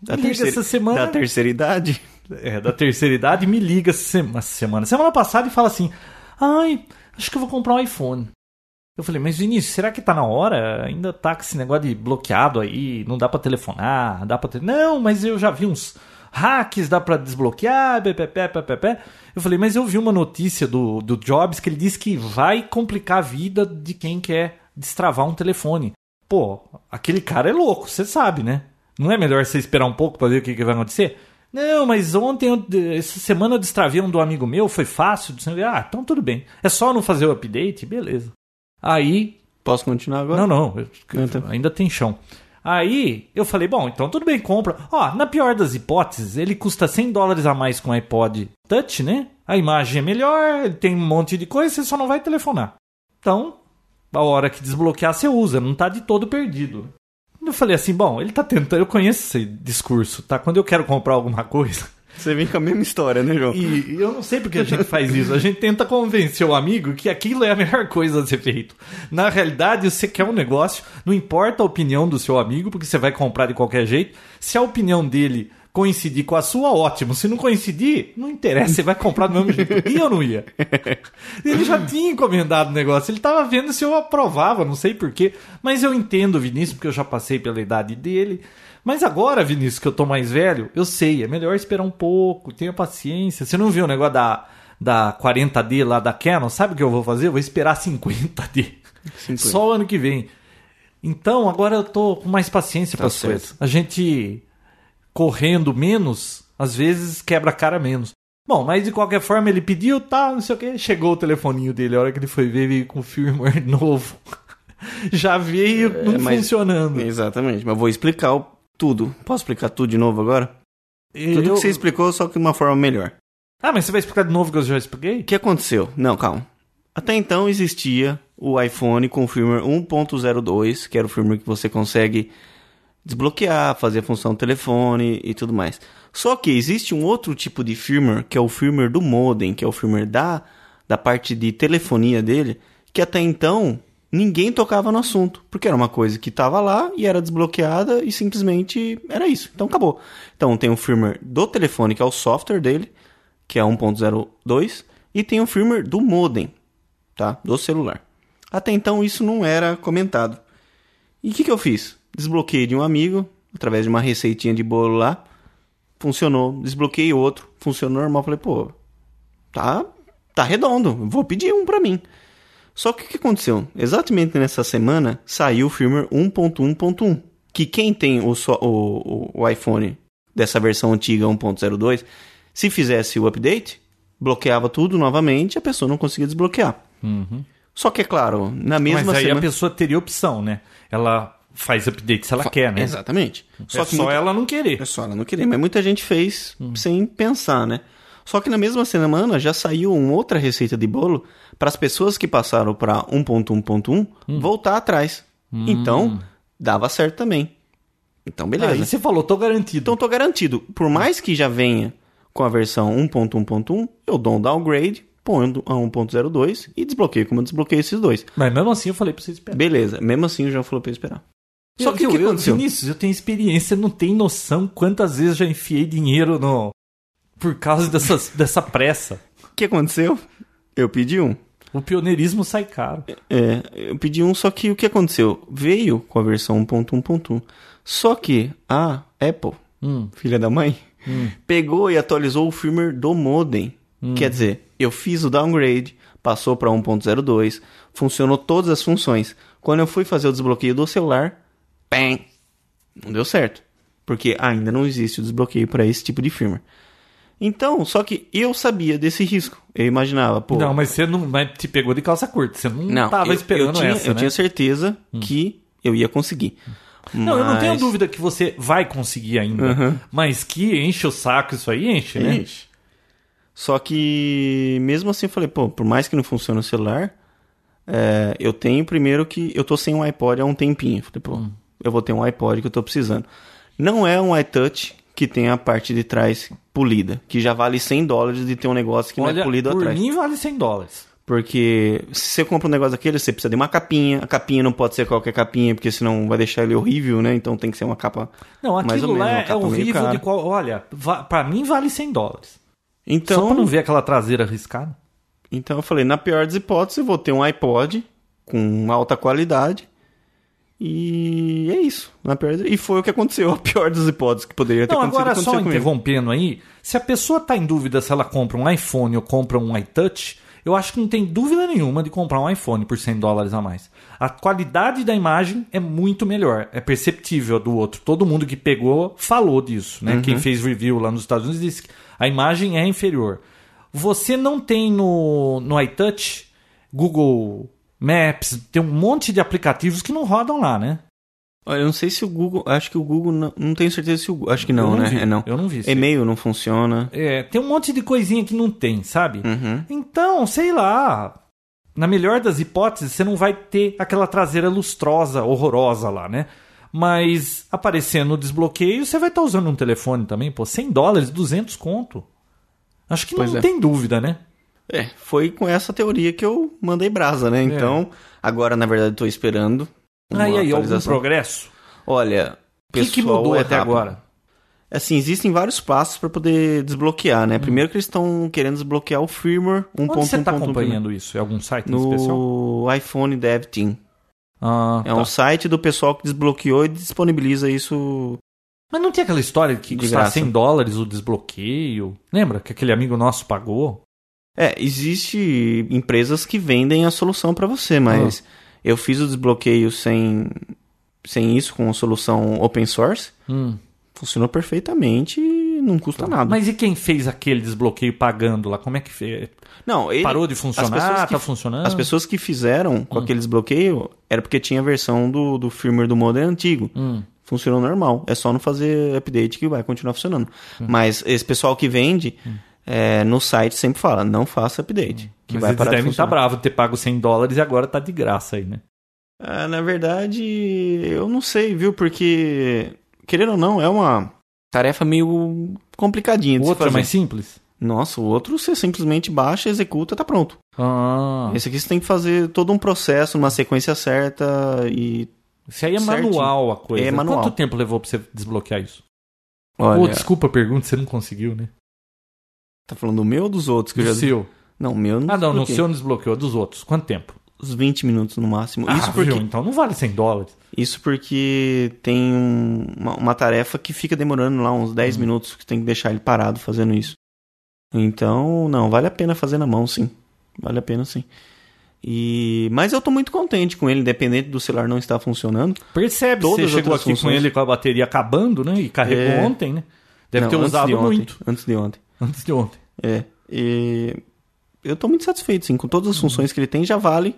C: Da
D: liga
C: terceira,
D: essa semana
C: da terceira idade?
D: é, da terceira idade me liga sema- semana, semana passada e fala assim: Ai, acho que eu vou comprar um iPhone. Eu falei, mas Vinícius, será que tá na hora? Ainda tá com esse negócio de bloqueado aí, não dá pra telefonar, dá pra. Te... Não, mas eu já vi uns hacks, dá pra desbloquear, pepé, pepé. Eu falei, mas eu vi uma notícia do, do Jobs que ele disse que vai complicar a vida de quem quer destravar um telefone. Pô, aquele cara é louco, você sabe, né? Não é melhor você esperar um pouco pra ver o que, que vai acontecer? Não, mas ontem, eu- essa semana eu destravei um do amigo meu, foi fácil. Ah, então tudo bem. É só não fazer o update, beleza. Aí
C: Posso continuar agora?
D: não, não. eu-
C: Ah, tá.
D: Ainda tem chão. Aí eu falei, bom, então tudo bem, compra. Ó, na pior das hipóteses, ele custa 100 dólares a mais com o iPod Touch, né? A imagem é melhor, ele tem um monte de coisa, você só não vai telefonar. Então, a hora que desbloquear, você usa, não tá de todo perdido. Eu falei assim, bom, ele tá tentando, eu conheço esse discurso, tá? Quando eu quero comprar alguma coisa,
C: Você vem com a mesma história, né, João?
D: e eu não sei porque a gente faz isso. A gente tenta convencer o amigo que aquilo é a melhor coisa a ser feito. Na realidade, você quer um negócio, não importa a opinião do seu amigo, porque você vai comprar de qualquer jeito. Se a opinião dele coincidir com a sua, ótimo. Se não coincidir, não interessa, você vai comprar do mesmo jeito. E eu não ia. Ele já tinha encomendado o negócio, ele tava vendo se eu aprovava, não sei porquê. Mas eu entendo, Vinícius, porque eu já passei pela idade dele. Mas agora, Vinícius, que eu tô mais velho, eu sei, é melhor esperar um pouco, tenha paciência. Você não viu o negócio da, da 40D lá da Canon? Sabe o que eu vou fazer? Eu vou esperar 50D.
C: 50.
D: Só o ano que vem. Então, agora eu tô com mais paciência para as
C: Tá certo.
D: coisas. A gente correndo menos, às vezes quebra a cara menos. Bom, mas de qualquer forma ele pediu, tá, não sei o que. Chegou o telefoninho dele, a hora que ele foi ver, veio com firmware novo. Já veio não
C: É, mas-
D: funcionando.
C: Exatamente, mas eu vou explicar o- tudo. Posso explicar tudo de novo agora? Tudo
D: Eu-
C: que você explicou, só que de uma forma melhor.
D: Ah, mas você vai explicar de novo que eu já expliquei?
C: O que aconteceu? Não, calma. Até então existia o iPhone com o firmware 1.02, que era o firmware que você consegue desbloquear, fazer a função telefone e tudo mais. Só que existe um outro tipo de firmware, que é o firmware do modem, que é o firmware da, da parte de telefonia dele, que até então ninguém tocava no assunto, porque era uma coisa que estava lá e era desbloqueada e simplesmente era isso. Então acabou. Então tem o firmware do telefone, que é o software dele, que é 1.02, e tem o firmware do modem, tá? Do celular. Até então isso não era comentado. E o que, que eu fiz? Desbloqueei de um amigo, através de uma receitinha de bolo lá, funcionou. Desbloqueei outro, funcionou normal. Falei, pô, tá, tá redondo, vou pedir um pra mim. Só que o que aconteceu? Exatamente nessa semana saiu o firmware 1.1.1, que quem tem o, so- o- o- o iPhone dessa versão antiga 1.02, se fizesse o update, bloqueava tudo novamente, a pessoa não conseguia desbloquear. Só que é claro, na mesma
D: Uhum. mas aí
C: semana
D: a pessoa teria opção, né? Ela faz update se ela quer, né?
C: Exatamente.
D: Só é
C: que
D: só
C: muita-
D: ela não querer. Hum.
C: é só ela não querer, mas muita gente fez sem pensar, né? Só que na mesma semana já saiu uma outra receita de bolo para as pessoas que passaram um para 1.1.1
D: Hum.
C: voltar atrás. Então, dava certo também. Então, beleza.
D: Aí Ah, você falou, tô garantido.
C: Então, tô garantido. Por mais que já venha com a versão 1.1.1, eu dou um downgrade, ponho a 1.02 e desbloqueio como eu desbloqueei esses dois.
D: Mas mesmo assim eu falei pra você esperar.
C: Beleza. Mesmo assim, o João falou para esperar. Só que
D: eu,
C: o que
D: eu,
C: aconteceu?
D: Vinícius, eu tenho experiência, não tem noção quantas vezes já enfiei dinheiro no... Por causa dessas, dessa pressa.
C: O que aconteceu? Eu pedi um.
D: O pioneirismo sai caro.
C: É, eu pedi um, só que o que aconteceu? Veio com a versão 1.1.1. Só que a Apple,
D: Hum.
C: filha da mãe, pegou e atualizou o firmware do modem.
D: Hum.
C: Quer dizer, eu fiz o downgrade, passou um para 1.02, funcionou todas as funções. Quando eu fui fazer o desbloqueio do celular, bem, não deu certo. Porque ainda não existe o desbloqueio para esse tipo de firmware. Então, só que eu sabia desse risco. Eu imaginava, pô.
D: Não, mas você não mas te pegou de calça curta. Você não,
C: Não,
D: tava
C: eu,
D: esperando
C: eu tinha,
D: essa,
C: eu
D: né?
C: tinha certeza que eu ia conseguir.
D: Não, eu não tenho
C: Mas-
D: dúvida que você vai conseguir ainda. Mas que enche o saco isso aí, enche, né?
C: Enche. Só que, mesmo assim, eu falei, pô, por mais que não funcione o celular, é, eu tenho primeiro que. Eu tô sem um iPod há um tempinho. Falei, pô,
D: Hum.
C: eu vou ter um iPod que eu tô precisando. Não é um iTouch que tem a parte de trás polida, que já vale 100 dólares de ter um negócio que não é
D: Olha,
C: polido
D: por
C: atrás.
D: mim vale 100 dólares.
C: Porque se você compra um negócio daquele, você precisa de uma capinha. A capinha não pode ser qualquer capinha, porque senão vai deixar ele horrível, né? Então tem que ser uma capa.
D: Não,
C: mais ou
D: aquilo lá
C: menos, uma
D: é
C: capa meio
D: horrível
C: cara.
D: de qual... Olha, va- pra mim vale 100 dólares.
C: Então,
D: Só pra não ver aquela traseira arriscada.
C: então eu falei, na pior das hipóteses, eu vou ter um iPod com alta qualidade. E é isso. Na pior das- E foi o que aconteceu. A pior das hipóteses que poderia ter
D: Não,
C: acontecido.
D: agora
C: aconteceu
D: só
C: comigo.
D: interrompendo aí, se a pessoa tá em dúvida se ela compra um iPhone ou compra um iTouch, eu acho que não tem dúvida nenhuma de comprar um iPhone por 100 dólares a mais. A qualidade da imagem é muito melhor, é perceptível a do outro. Todo mundo que pegou falou disso, né?
C: Uhum.
D: Quem fez review lá nos Estados Unidos disse que a imagem é inferior. Você não tem no, no iTouch, Google Maps, tem um monte de aplicativos que não rodam lá, né?
C: Olha, eu não sei se o Google. Acho que o Google. Não, não tenho certeza se o Google. Acho que
D: Eu
C: não, né?
D: vi,
C: É não.
D: Eu não vi. isso aí.
C: E-mail não funciona.
D: É, tem um monte de coisinha que não tem, sabe?
C: Uhum.
D: Então, sei lá. Na melhor das hipóteses, você não vai ter aquela traseira lustrosa, horrorosa lá, né? Mas aparecendo o desbloqueio, você vai estar usando um telefone também, pô. 100 dólares, 200 conto. Acho que
C: Pois
D: não
C: é.
D: tem dúvida, né?
C: É, foi com essa teoria que eu mandei brasa, né? Então, agora na verdade eu tô esperando. uma
D: É. aí, aí, algum
C: atualização.
D: progresso?
C: Olha,
D: O que, que
C: pessoal,
D: mudou
C: é
D: até
C: rápido.
D: agora?
C: Assim, existem vários passos para poder desbloquear, né? Primeiro que eles estão querendo desbloquear o firmware 1.1.1.
D: Onde você está acompanhando isso? É algum site em especial?
C: No iPhone Dev Team.
D: Ah,
C: É
D: tá.
C: um site do pessoal que desbloqueou e disponibiliza isso.
D: Mas não tem aquela história que
C: De
D: custava
C: graça.
D: 100 dólares o desbloqueio? Lembra que aquele amigo nosso pagou?
C: É, existe empresas que vendem a solução para você, mas
D: Ah.
C: eu fiz o desbloqueio sem, sem isso, com a solução open source.
D: Hum.
C: Funcionou perfeitamente e não custa nada.
D: Tá. Mas e quem fez aquele desbloqueio pagando lá? Como é que fez?
C: não, ele-
D: Parou de
C: as
D: funcionar?
C: pessoas
D: Ah,
C: que-
D: tá funcionando?
C: As pessoas que fizeram com aquele desbloqueio era porque tinha a versão do, do firmware do modem antigo.
D: Hum.
C: funcionou normal. É só não fazer update que vai continuar funcionando.
D: Hum.
C: Mas esse pessoal que vende é, no site sempre fala, não faça update. Que
D: Hum. Mas
C: vai
D: eles
C: parar de
D: devem tá estar
C: funcionar.
D: bravos de ter pago 100 dólares e agora tá de graça aí, né?
C: Ah, na verdade, eu não sei, viu? Porque, querendo ou não, é uma tarefa meio complicadinha de se
D: Outra
C: fazer.
D: é mais simples?
C: Nossa, o outro você simplesmente baixa, executa, tá pronto.
D: Ah,
C: Esse aqui você tem que fazer todo um processo, numa sequência certa e...
D: isso aí é
C: certinho.
D: manual a coisa.
C: É manual.
D: Quanto tempo levou pra você desbloquear isso?
C: Olha,
D: Ô, desculpa a pergunta, você não conseguiu, né?
C: tá falando do meu ou dos outros? Que eu
D: Do
C: já...
D: seu.
C: Não, o meu eu não
D: Ah, não, no
C: desbloqueei.
D: seu não desbloqueou, dos outros. Quanto tempo?
C: Uns 20 minutos no máximo.
D: Ah,
C: Isso porque
D: viu? Então não vale 100 dólares.
C: Isso porque tem um- uma, uma tarefa que fica demorando lá uns
D: Hum.
C: 10 minutos, que tem que deixar ele parado fazendo isso. Então, não, vale a pena fazer na mão, sim. Vale a pena, sim. E mas eu tô muito contente com ele, independente do celular não estar funcionando.
D: Percebe,
C: Todas
D: você
C: as
D: chegou
C: outras
D: aqui com
C: funções.
D: ele com a bateria acabando, né? E carregou
C: É.
D: ontem, né? Deve
C: Não,
D: ter
C: antes
D: usado
C: de ontem,
D: muito.
C: antes de ontem.
D: Antes de ontem.
C: É. E eu tô muito satisfeito, sim, com todas
D: Uhum.
C: as funções que ele tem, já vale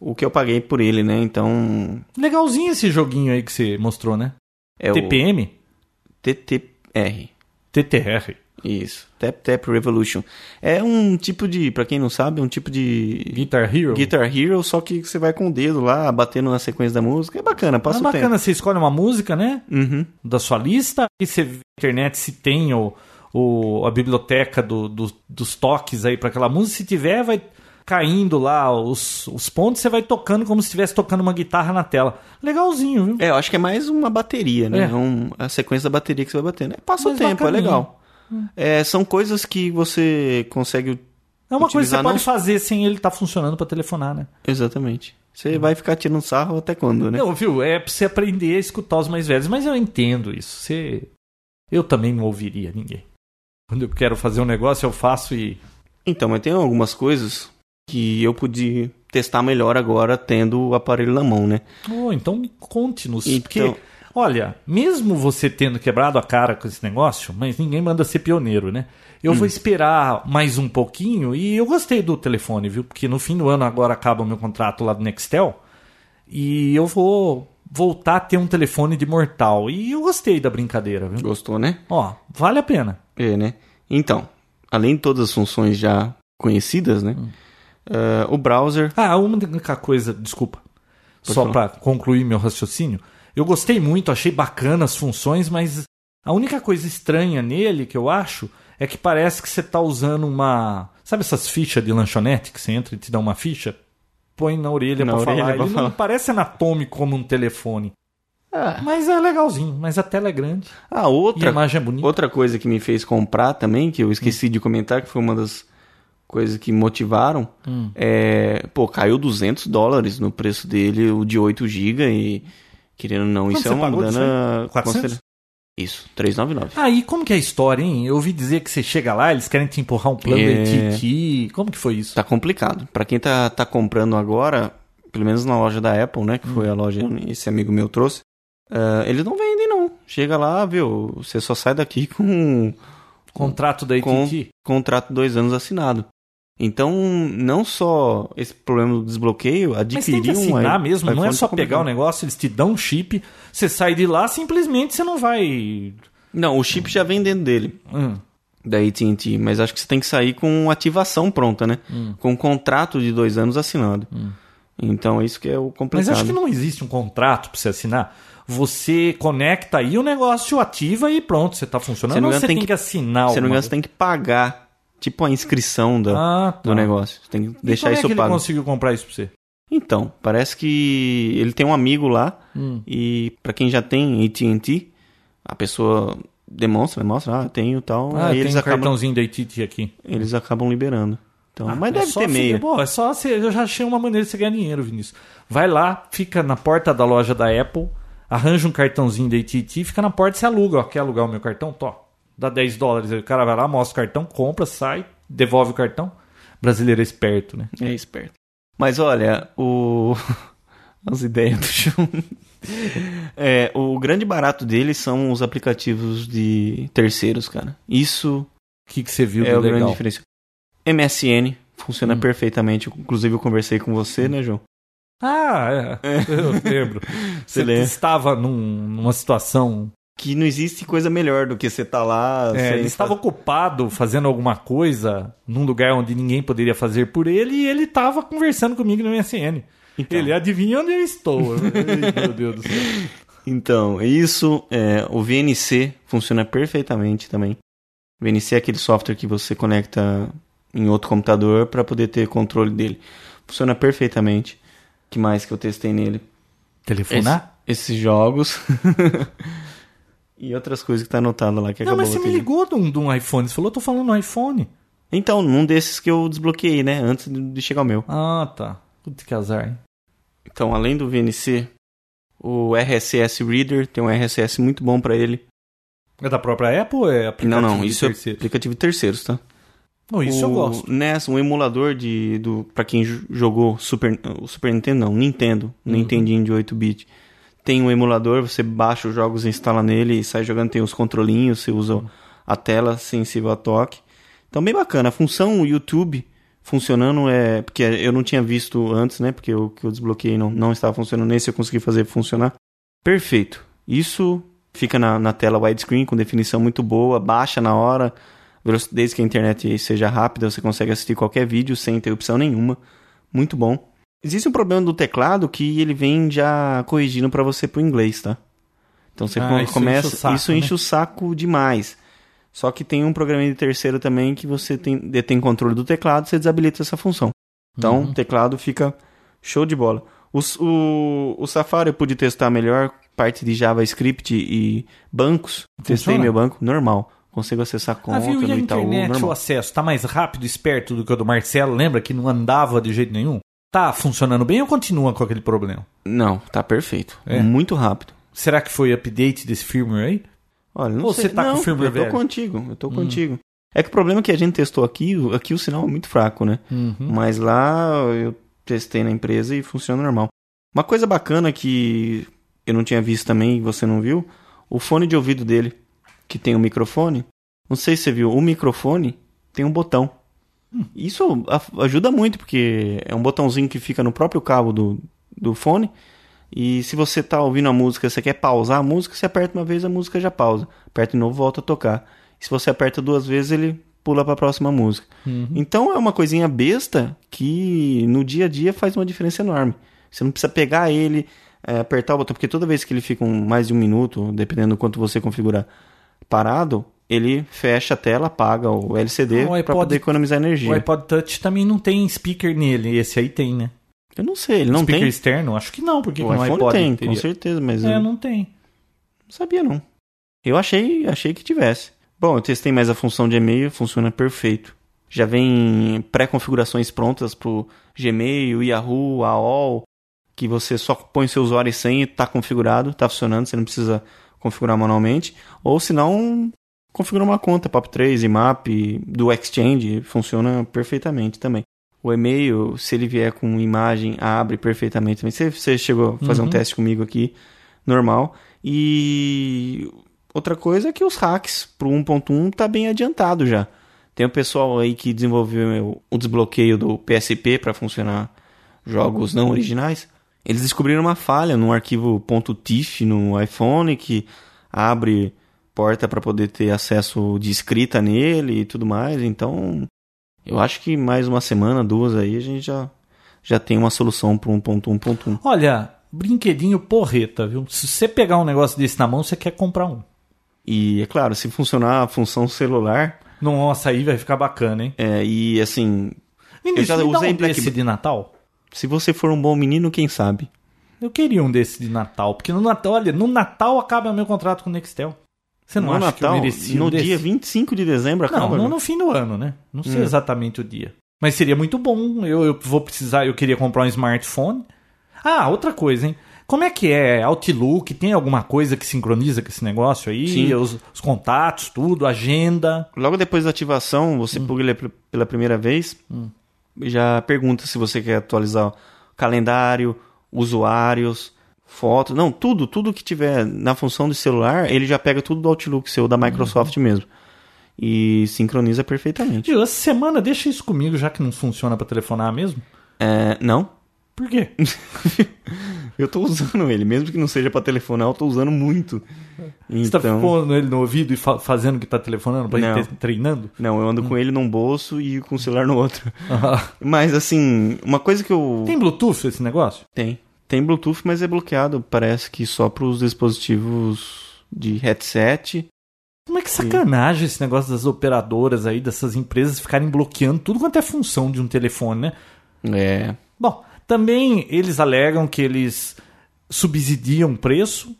C: o que eu paguei por ele, né? Então,
D: Legalzinho esse joguinho aí que você mostrou, né?
C: é
D: TPM?
C: o TTR.
D: TTR.
C: Isso, Tap Tap Revolution. É um tipo de, pra quem não sabe, é um tipo de
D: Guitar Hero.
C: Guitar Hero, só que você vai com o dedo lá, batendo na sequência da música. É bacana, passa
D: é
C: o
D: bacana, você escolhe uma música, né?
C: tempo. Uhum.
D: Da sua lista. E você vê na internet se tem o, o, a biblioteca do, do- dos toques aí pra aquela música. Se tiver, vai caindo lá os, os pontos, você vai tocando como se estivesse tocando uma guitarra na tela. Legalzinho, viu?
C: É, eu acho que é mais uma bateria, né?
D: É.
C: É. um- a sequência da bateria que você vai batendo. É, passa
D: Mas
C: o tempo,
D: bacaninha. Hum.
C: é legal. É, são coisas que você consegue.
D: É uma coisa que você
C: Utilizar
D: pode
C: não-
D: fazer sem ele estar funcionando pra telefonar, né?
C: Exatamente.
D: Hum.
C: Você vai ficar tirando sarro até quando, né?
D: Não, viu? É pra você aprender a escutar os mais velhos, mas eu entendo isso. Você... Eu também não ouviria ninguém. Quando eu quero fazer um negócio, eu faço e.
C: Então, mas tem algumas coisas que eu pude testar melhor agora tendo o aparelho na mão, né?
D: Oh, então conte-nos.
C: Então-
D: Porque, olha, mesmo você tendo quebrado a cara com esse negócio, mas ninguém manda ser pioneiro, né? Eu
C: Hum.
D: vou esperar mais um pouquinho e eu gostei do telefone, viu? Porque no fim do ano agora acaba o meu contrato lá do Nextel e eu vou voltar a ter um telefone de mortal. E eu gostei da brincadeira, viu?
C: Gostou, né?
D: Ó, vale a pena.
C: É, né? Então, além de todas as funções já conhecidas,
D: Hum.
C: né? eh, o browser.
D: Ah, uma única coisa, desculpa.
C: Pode
D: só
C: falar.
D: pra concluir meu raciocínio. Eu gostei muito, achei bacana as funções, mas a única coisa estranha nele que eu acho é que parece que você tá usando uma. Sabe essas fichas de lanchonete que você entra e te dá uma ficha? Põe na orelha
C: Na
D: pra
C: orelha
D: falar.
C: pra
D: Ele
C: falar.
D: não parece anatômico como um telefone.
C: Ah,
D: Mas é legalzinho, mas a tela é grande e a Hum.
C: outra,
D: imagem é bonita.
C: outra coisa que me fez comprar também, que eu esqueci de comentar, que foi uma das coisas que motivaram,
D: Hum.
C: é. Pô, caiu 200 dólares no preço dele, o de 8 GB, e querendo ou não,
D: Quanto
C: isso é
D: você
C: uma
D: pagou disso
C: grana.
D: aí? 400?
C: considera- Isso, 399.
D: Ah, e como que é a história, hein? Eu ouvi dizer que você chega lá, eles querem te empurrar um plano
C: É.
D: de Tiki. Como que foi isso?
C: Tá complicado. Pra quem tá, tá comprando agora, pelo menos na loja da Apple, né? Que foi
D: Uhum.
C: a loja que esse amigo meu trouxe. ah, eles não vendem, não. Chega lá, viu? Você só sai daqui com um
D: Contrato da
C: Com-
D: AT&T?
C: contrato dois anos assinado. Então, não só esse problema do desbloqueio,
D: Mas tem
C: adquirir
D: que
C: um
D: assinar
C: i-
D: mesmo, não é
C: iPhone
D: só
C: tá
D: pegar o
C: complicado.
D: negócio, eles te dão um chip, você sai de lá, simplesmente você não vai.
C: Não, o chip já vem dentro dele,
D: Hum,
C: da AT&T. Mas acho que você tem que sair com ativação pronta, né?
D: hum.
C: Com um contrato de dois anos assinado.
D: Hum.
C: Então, isso que é o complicado.
D: Mas acho que não existe um contrato pra você assinar. Você conecta aí o negócio, ativa e pronto, você tá funcionando.
C: Se não
D: Ou
C: me engano,
D: você tem
C: tem
D: que,
C: que-
D: assinar
C: Se não me
D: alguma
C: engano, você tem que pagar, tipo, a inscrição
D: coisa?
C: da,
D: Ah, tá.
C: do negócio. Você tem que
D: E
C: deixar
D: como
C: isso
D: é que ele
C: pago.
D: conseguiu comprar isso pra você?
C: Então, parece que ele tem um amigo lá
D: Hum.
C: e pra quem já tem AT&T, a pessoa demonstra, mostra, ah, tenho e tal,
D: Ah,
C: aí
D: tem
C: eles
D: um
C: acabam,
D: cartãozinho da AT&T aqui.
C: eles acabam liberando. Então,
D: Ah,
C: mas
D: é
C: deve
D: só
C: ter
D: fi-
C: meia.
D: Bom, é só você, eu já achei uma maneira de você ganhar dinheiro, Vinícius. Vai lá, fica na porta da loja da Apple, arranja um cartãozinho da AT&T, fica na porta e você aluga. Ó, quer alugar o meu cartão? Tó. Dá 10 dólares. Aí o cara vai lá, mostra o cartão, compra, sai, devolve o cartão. Brasileiro é esperto, né?
C: É esperto. Mas olha, o as ideias do chão. É, o grande barato dele são os aplicativos de terceiros, cara. Isso
D: O que, que você viu
C: é
D: do
C: o grande
D: legal?
C: diferencial. MSN funciona
D: Hum.
C: perfeitamente. Inclusive, eu conversei com você, né, João?
D: Ah, é. eu lembro. Você
C: lembra?
D: estava num- numa situação.
C: Que não existe coisa melhor do que você tá lá.
D: É,
C: sem
D: ele estava ocupado fazendo alguma coisa num lugar onde ninguém poderia fazer por ele e ele estava conversando comigo no MSN. Ele é- adivinha onde eu estou. Ai, Meu Deus do céu.
C: Então, isso, é, o VNC funciona perfeitamente também. VNC é aquele software que você conecta em outro computador para poder ter controle dele. Funciona perfeitamente. que mais que eu testei nele?
D: Telefonar?
C: Esses jogos. e outras coisas que tá anotado lá que
D: Não,
C: acabou
D: mas você me
C: tendo.
D: ligou de um, de um iPhone. Você falou, eu tô falando no iPhone.
C: Então, num desses que eu desbloqueei, né? Antes de chegar ao meu.
D: Ah, tá. Putz, que azar, hein?
C: Então, além do VNC, o RSS Reader tem um RSS muito bom para ele.
D: É da própria Apple ou é
C: Não,
D: aplicativo
C: não,
D: de
C: isso é
D: terceiro?
C: aplicativo de terceiros, tá?
D: Não, isso
C: o
D: eu gosto.
C: NES, um emulador de do para quem jo- jogou Super o Super Nintendo, não, Nintendo,
D: Uhum.
C: Nintendinho de 8 bit. Tem um emulador, você baixa os jogos, instala nele e sai jogando, tem os controlinhos, você usa
D: Uhum.
C: a tela sensível a toque. Então bem bacana, a função YouTube funcionando é porque eu não tinha visto antes, né? Porque o que eu desbloqueei não, não estava funcionando nesse, eu consegui fazer funcionar. Perfeito. Isso fica na, na tela widescreen com definição muito boa, baixa na hora, Veloc- Desde que a internet seja rápida, você consegue assistir qualquer vídeo sem interrupção nenhuma. Muito bom. Existe um problema do teclado que ele vem já corrigindo para você pro inglês, tá? Então você
D: Ah,
C: co-
D: isso enche
C: começa.
D: o saco,
C: isso
D: né?
C: enche o saco demais. Só que tem um programa de terceiro também que você tem, detém controle do teclado, você desabilita essa função. Então, o
D: Uhum.
C: teclado fica show de bola. O, s- o, o Safari eu pude testar melhor, parte de JavaScript e bancos. Testei meu banco, normal. Consigo acessar
D: Ah,
C: conta
D: viu? E a
C: no Itaú,
D: internet,
C: normal.
D: o acesso, tá mais rápido, esperto do que o do Marcelo? Lembra que não andava de jeito nenhum? Tá funcionando bem ou continua com aquele problema?
C: Não, tá perfeito.
D: É?
C: Muito rápido.
D: Será que foi update desse firmware aí?
C: Olha, não
D: Ou
C: sei.
D: você tá com
C: não,
D: o firmware
C: eu tô
D: velho? Hum.
C: contigo, eu tô contigo. É que o problema é que a gente testou aqui, o- aqui o sinal é muito fraco, né?
D: Uhum.
C: Mas lá eu testei na empresa e funciona normal. Uma coisa bacana que eu não tinha visto também e você não viu, o fone de ouvido dele, que tem um microfone. Não sei se você viu, o microfone tem um botão. Isso a- ajuda muito, porque é um botãozinho que fica no próprio cabo do, do fone. E se você tá ouvindo a música, você quer pausar a música, você aperta uma vez, a música já pausa. Aperta de novo, volta a tocar. E se você aperta duas vezes, ele pula para a próxima música.
D: Uhum.
C: Então é uma coisinha besta que no dia a dia faz uma diferença enorme. Você não precisa pegar ele, é, apertar o botão, porque toda vez que ele fica um, mais de um minuto, dependendo do quanto você configurar parado, ele fecha a tela, apaga o LCD
D: Ah, o
C: para
D: iPod-
C: poder economizar
D: O
C: energia.
D: iPod Touch também não tem speaker nele, esse aí tem, né?
C: Eu não sei, ele não
D: speaker
C: tem.
D: externo? Acho que não, porque
C: o
D: que um
C: iPhone
D: iPod
C: tem,
D: teria?
C: com certeza, mas
D: É,
C: eu não
D: não tem.
C: sabia não. Eu achei, achei que tivesse. Bom, eu testei mais a função de e-mail, funciona perfeito. Já vem pré-configurações prontas pro Gmail, Yahoo, AOL, que você só põe seu usuário e senha e tá configurado, tá funcionando, você não precisa configurar manualmente. Ou se não, configura uma conta, PAP3, IMAP, do Exchange, funciona perfeitamente também. O e-mail, se ele vier com imagem, abre perfeitamente também. Você, você chegou a fazer um
D: Uhum.
C: teste comigo aqui, normal. E outra coisa é que os hacks pro 1.1 tá bem adiantado já. Tem o pessoal aí que desenvolveu o desbloqueio do PSP para funcionar jogos não originais. Eles descobriram uma falha num arquivo .tiff no iPhone que abre porta para poder ter acesso de escrita nele e tudo mais. Então, eu acho que mais uma semana, duas aí a gente já já tem uma solução um para 1.1.1.
D: Olha, brinquedinho porreta, viu? Se você pegar um negócio desse na mão, você quer comprar um.
C: E é claro, se funcionar a função celular,
D: Nossa, aí vai ficar bacana, hein?
C: é, e assim,
D: Vinícius,
C: já
D: me dá
C: usei
D: um
C: Black
D: desse
C: Bo-
D: de Natal?
C: se você for um bom menino, quem sabe?
D: Eu queria um desse de Natal, porque no Natal, olha, no Natal acaba meu contrato com o Nextel. Você não
C: no
D: acha que
C: Natal,
D: eu merecia um
C: no
D: desse?
C: dia 25 de dezembro,
D: não,
C: acaba.
D: não
C: né?
D: no fim do ano, né? Não sei
C: Hum.
D: exatamente o dia. Mas seria muito bom. Eu, eu vou precisar, eu queria comprar um smartphone. Ah, outra coisa, hein? Como é que é Outlook? Tem alguma coisa que sincroniza com esse negócio aí?
C: Sim.
D: Os, os contatos, tudo, agenda.
C: Logo depois da ativação, você
D: Hum.
C: pluga ele pela primeira vez, já pergunta se você quer atualizar o calendário, usuários, fotos, não, tudo, tudo que tiver na função do celular, ele já pega tudo do Outlook seu, da Microsoft
D: Uhum.
C: mesmo. E sincroniza perfeitamente.
D: Tio, essa semana deixa isso comigo, já que não funciona pra telefonar mesmo.
C: É, não,
D: Por quê?
C: Eu tô usando ele, mesmo que não seja pra telefonar, eu tô usando muito.
D: Você tá
C: Então,
D: pondo ele no ouvido e fa- fazendo que tá telefonando pra
C: Não.
D: ele ter- treinando?
C: não, eu
D: Hum.
C: ando com ele num bolso e com o celular no outro. Mas assim, uma coisa que eu
D: Ah. Tem Bluetooth esse negócio?
C: tem, tem Bluetooth, mas é bloqueado, parece que só pros dispositivos de headset.
D: Como é que sacanagem esse negócio das operadoras aí, dessas empresas ficarem bloqueando tudo quanto é função de um telefone, né?
C: É,
D: Bom, também eles alegam que eles subsidiam preço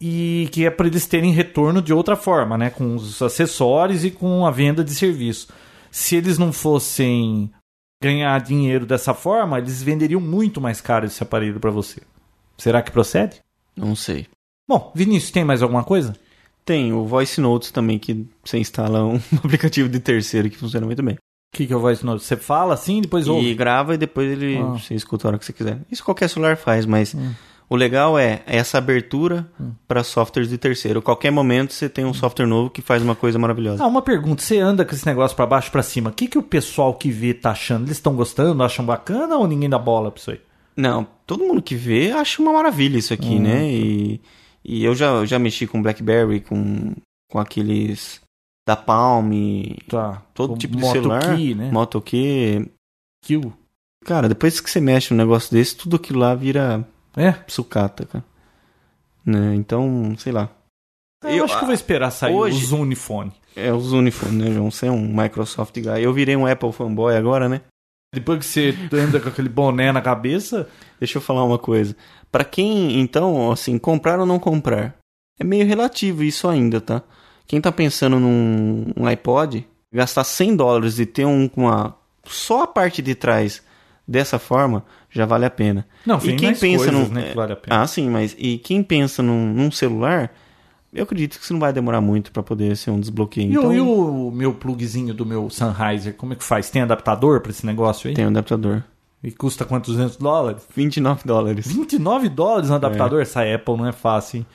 D: e que é para eles terem retorno de outra forma, né? Com os acessórios e com a venda de serviço. Se eles não fossem ganhar dinheiro dessa forma, eles venderiam muito mais caro esse aparelho para você. Será que procede?
C: não sei.
D: Bom, Vinícius, tem mais alguma coisa?
C: Tem o Voice Notes também, que você instala um aplicativo de terceiro que funciona muito bem.
D: O que, que eu vou ensinar? Você fala assim, depois
C: E
D: ouve.
C: grava e depois ele
D: Ah.
C: você escuta a hora que você quiser. Isso qualquer celular faz, mas
D: Hum.
C: o legal é essa abertura para softwares de terceiro. Qualquer momento você tem um software novo que faz uma coisa maravilhosa.
D: Ah, uma pergunta. Você anda com esse negócio pra baixo, pra cima. O que, que o pessoal que vê tá achando? Eles estão gostando, acham bacana ou ninguém dá bola pra isso aí?
C: Não, todo mundo que vê acha uma maravilha isso aqui, né? E, e eu já, já mexi com BlackBerry, com, com aqueles da Palm,
D: Tá.
C: todo
D: O
C: tipo de
D: Moto
C: celular,
D: Key, né?
C: Moto Q.
D: Kill.
C: Cara, depois que você mexe num negócio desse, tudo aquilo lá vira
D: É.
C: sucata, cara. Né? Então, sei lá.
D: Eu,
C: Eu-
D: acho que eu vou esperar sair
C: hoje-
D: os unifones.
C: É os uniformes, né, João? Você é um Microsoft guy. Eu virei um Apple fanboy agora, né?
D: Depois que você anda com aquele boné na cabeça,
C: Deixa eu falar uma coisa. Pra quem, então, assim, comprar ou não comprar, é meio relativo isso ainda, tá? Quem tá pensando num um iPod, gastar 100 dólares e ter um com a só a parte de trás dessa forma, já vale a pena.
D: Não,
C: e
D: tem
C: quem
D: mais
C: pensa
D: coisas,
C: num,
D: né, que
C: é,
D: vale a pena.
C: Ah, sim, mas e quem pensa num, num celular, eu acredito que isso não vai demorar muito pra poder ser um desbloqueio.
D: E,
C: então,
D: o, e o meu plugzinho do meu Sennheiser, como é que faz? Tem adaptador pra esse negócio aí?
C: tem um adaptador.
D: E custa quantos 200 dólares?
C: 29 dólares.
D: 29 dólares um adaptador? Essa Apple não é fácil, hein?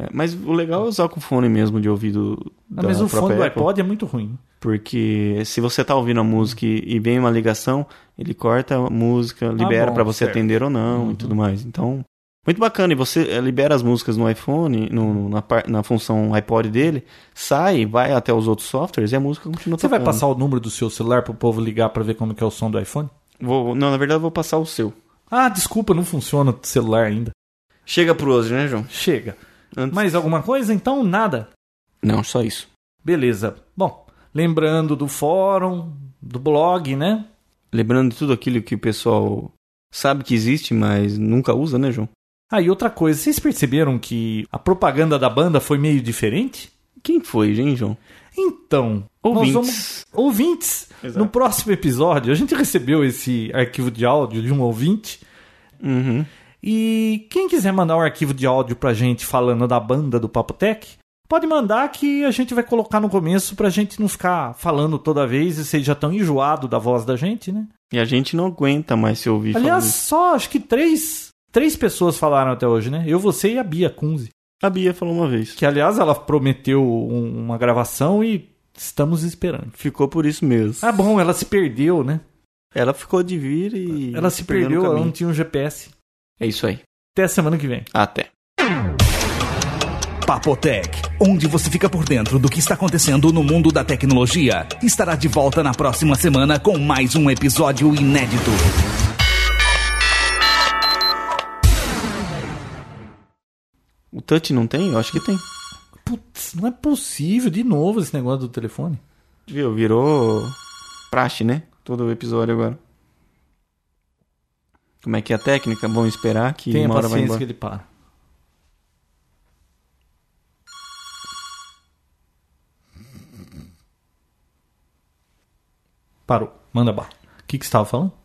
C: É, mas o legal é usar com o fone mesmo de ouvido da
D: Ah, Mas o
C: própria
D: fone do
C: Apple,
D: iPod é muito ruim.
C: Porque se você tá ouvindo a música e e vem uma ligação, ele corta a música, libera
D: Tá bom,
C: pra você
D: certo. Uhum.
C: atender ou não e tudo mais. Então, muito bacana. E você eh, libera as músicas no iPhone, no- no- na, par- na função iPod dele, sai, vai até os outros softwares e a música continua
D: Você vai
C: tocando.
D: passar o número do seu celular pro povo ligar pra ver como que é o som do iPhone?
C: Vou, não, na verdade eu vou passar o seu.
D: Ah, desculpa, não funciona o celular ainda.
C: Chega pro hoje, né, João?
D: Chega.
C: Antes-
D: Mais alguma coisa? Então, nada.
C: Não, só isso.
D: Beleza. Bom, lembrando do fórum, do blog, né?
C: Lembrando de tudo aquilo que o pessoal sabe que existe, mas nunca usa, né, João?
D: Ah, e outra coisa, vocês perceberam que a propaganda da banda foi meio diferente?
C: Quem foi, hein, João?
D: Então,
C: Ouvintes.
D: nós vamos. Ouvintes!
C: Exato.
D: No próximo episódio, a gente recebeu esse arquivo de áudio de um ouvinte.
C: Uhum.
D: E quem quiser mandar um arquivo de áudio pra gente falando da banda do Papo Tech, pode mandar que a gente vai colocar no começo pra gente não ficar falando toda vez e vocês já estão enjoados da voz da gente, né?
C: E a gente não aguenta mais se ouvir
D: Aliás,
C: falando isso.
D: só acho que três, três pessoas falaram até hoje, né? Eu, você e a Bia Kunze.
C: A Bia falou uma vez.
D: Que, aliás, ela prometeu um- uma gravação e estamos esperando.
C: Ficou por isso mesmo.
D: Ah, bom, ela se perdeu, né?
C: Ela ficou de vir e.
D: Ela se
C: perdeu no
D: perdeu, ela
C: caminho.
D: não tinha um GPS.
C: É isso aí.
D: Até semana que vem.
C: Até.
B: Papotec, onde você fica por dentro do que está acontecendo no mundo da tecnologia, estará de volta na próxima semana com mais um episódio inédito.
C: O touch não tem? Eu acho que tem.
D: Putz, não é possível, de novo esse negócio do telefone.
C: Viu? Virou. Praxe, né? Todo episódio agora. Como é que é a técnica? Vamos esperar que
D: Tenha
C: uma hora vai
D: paciência
C: embora.
D: que ele para. Parou. Manda bala. O que, que você estava falando?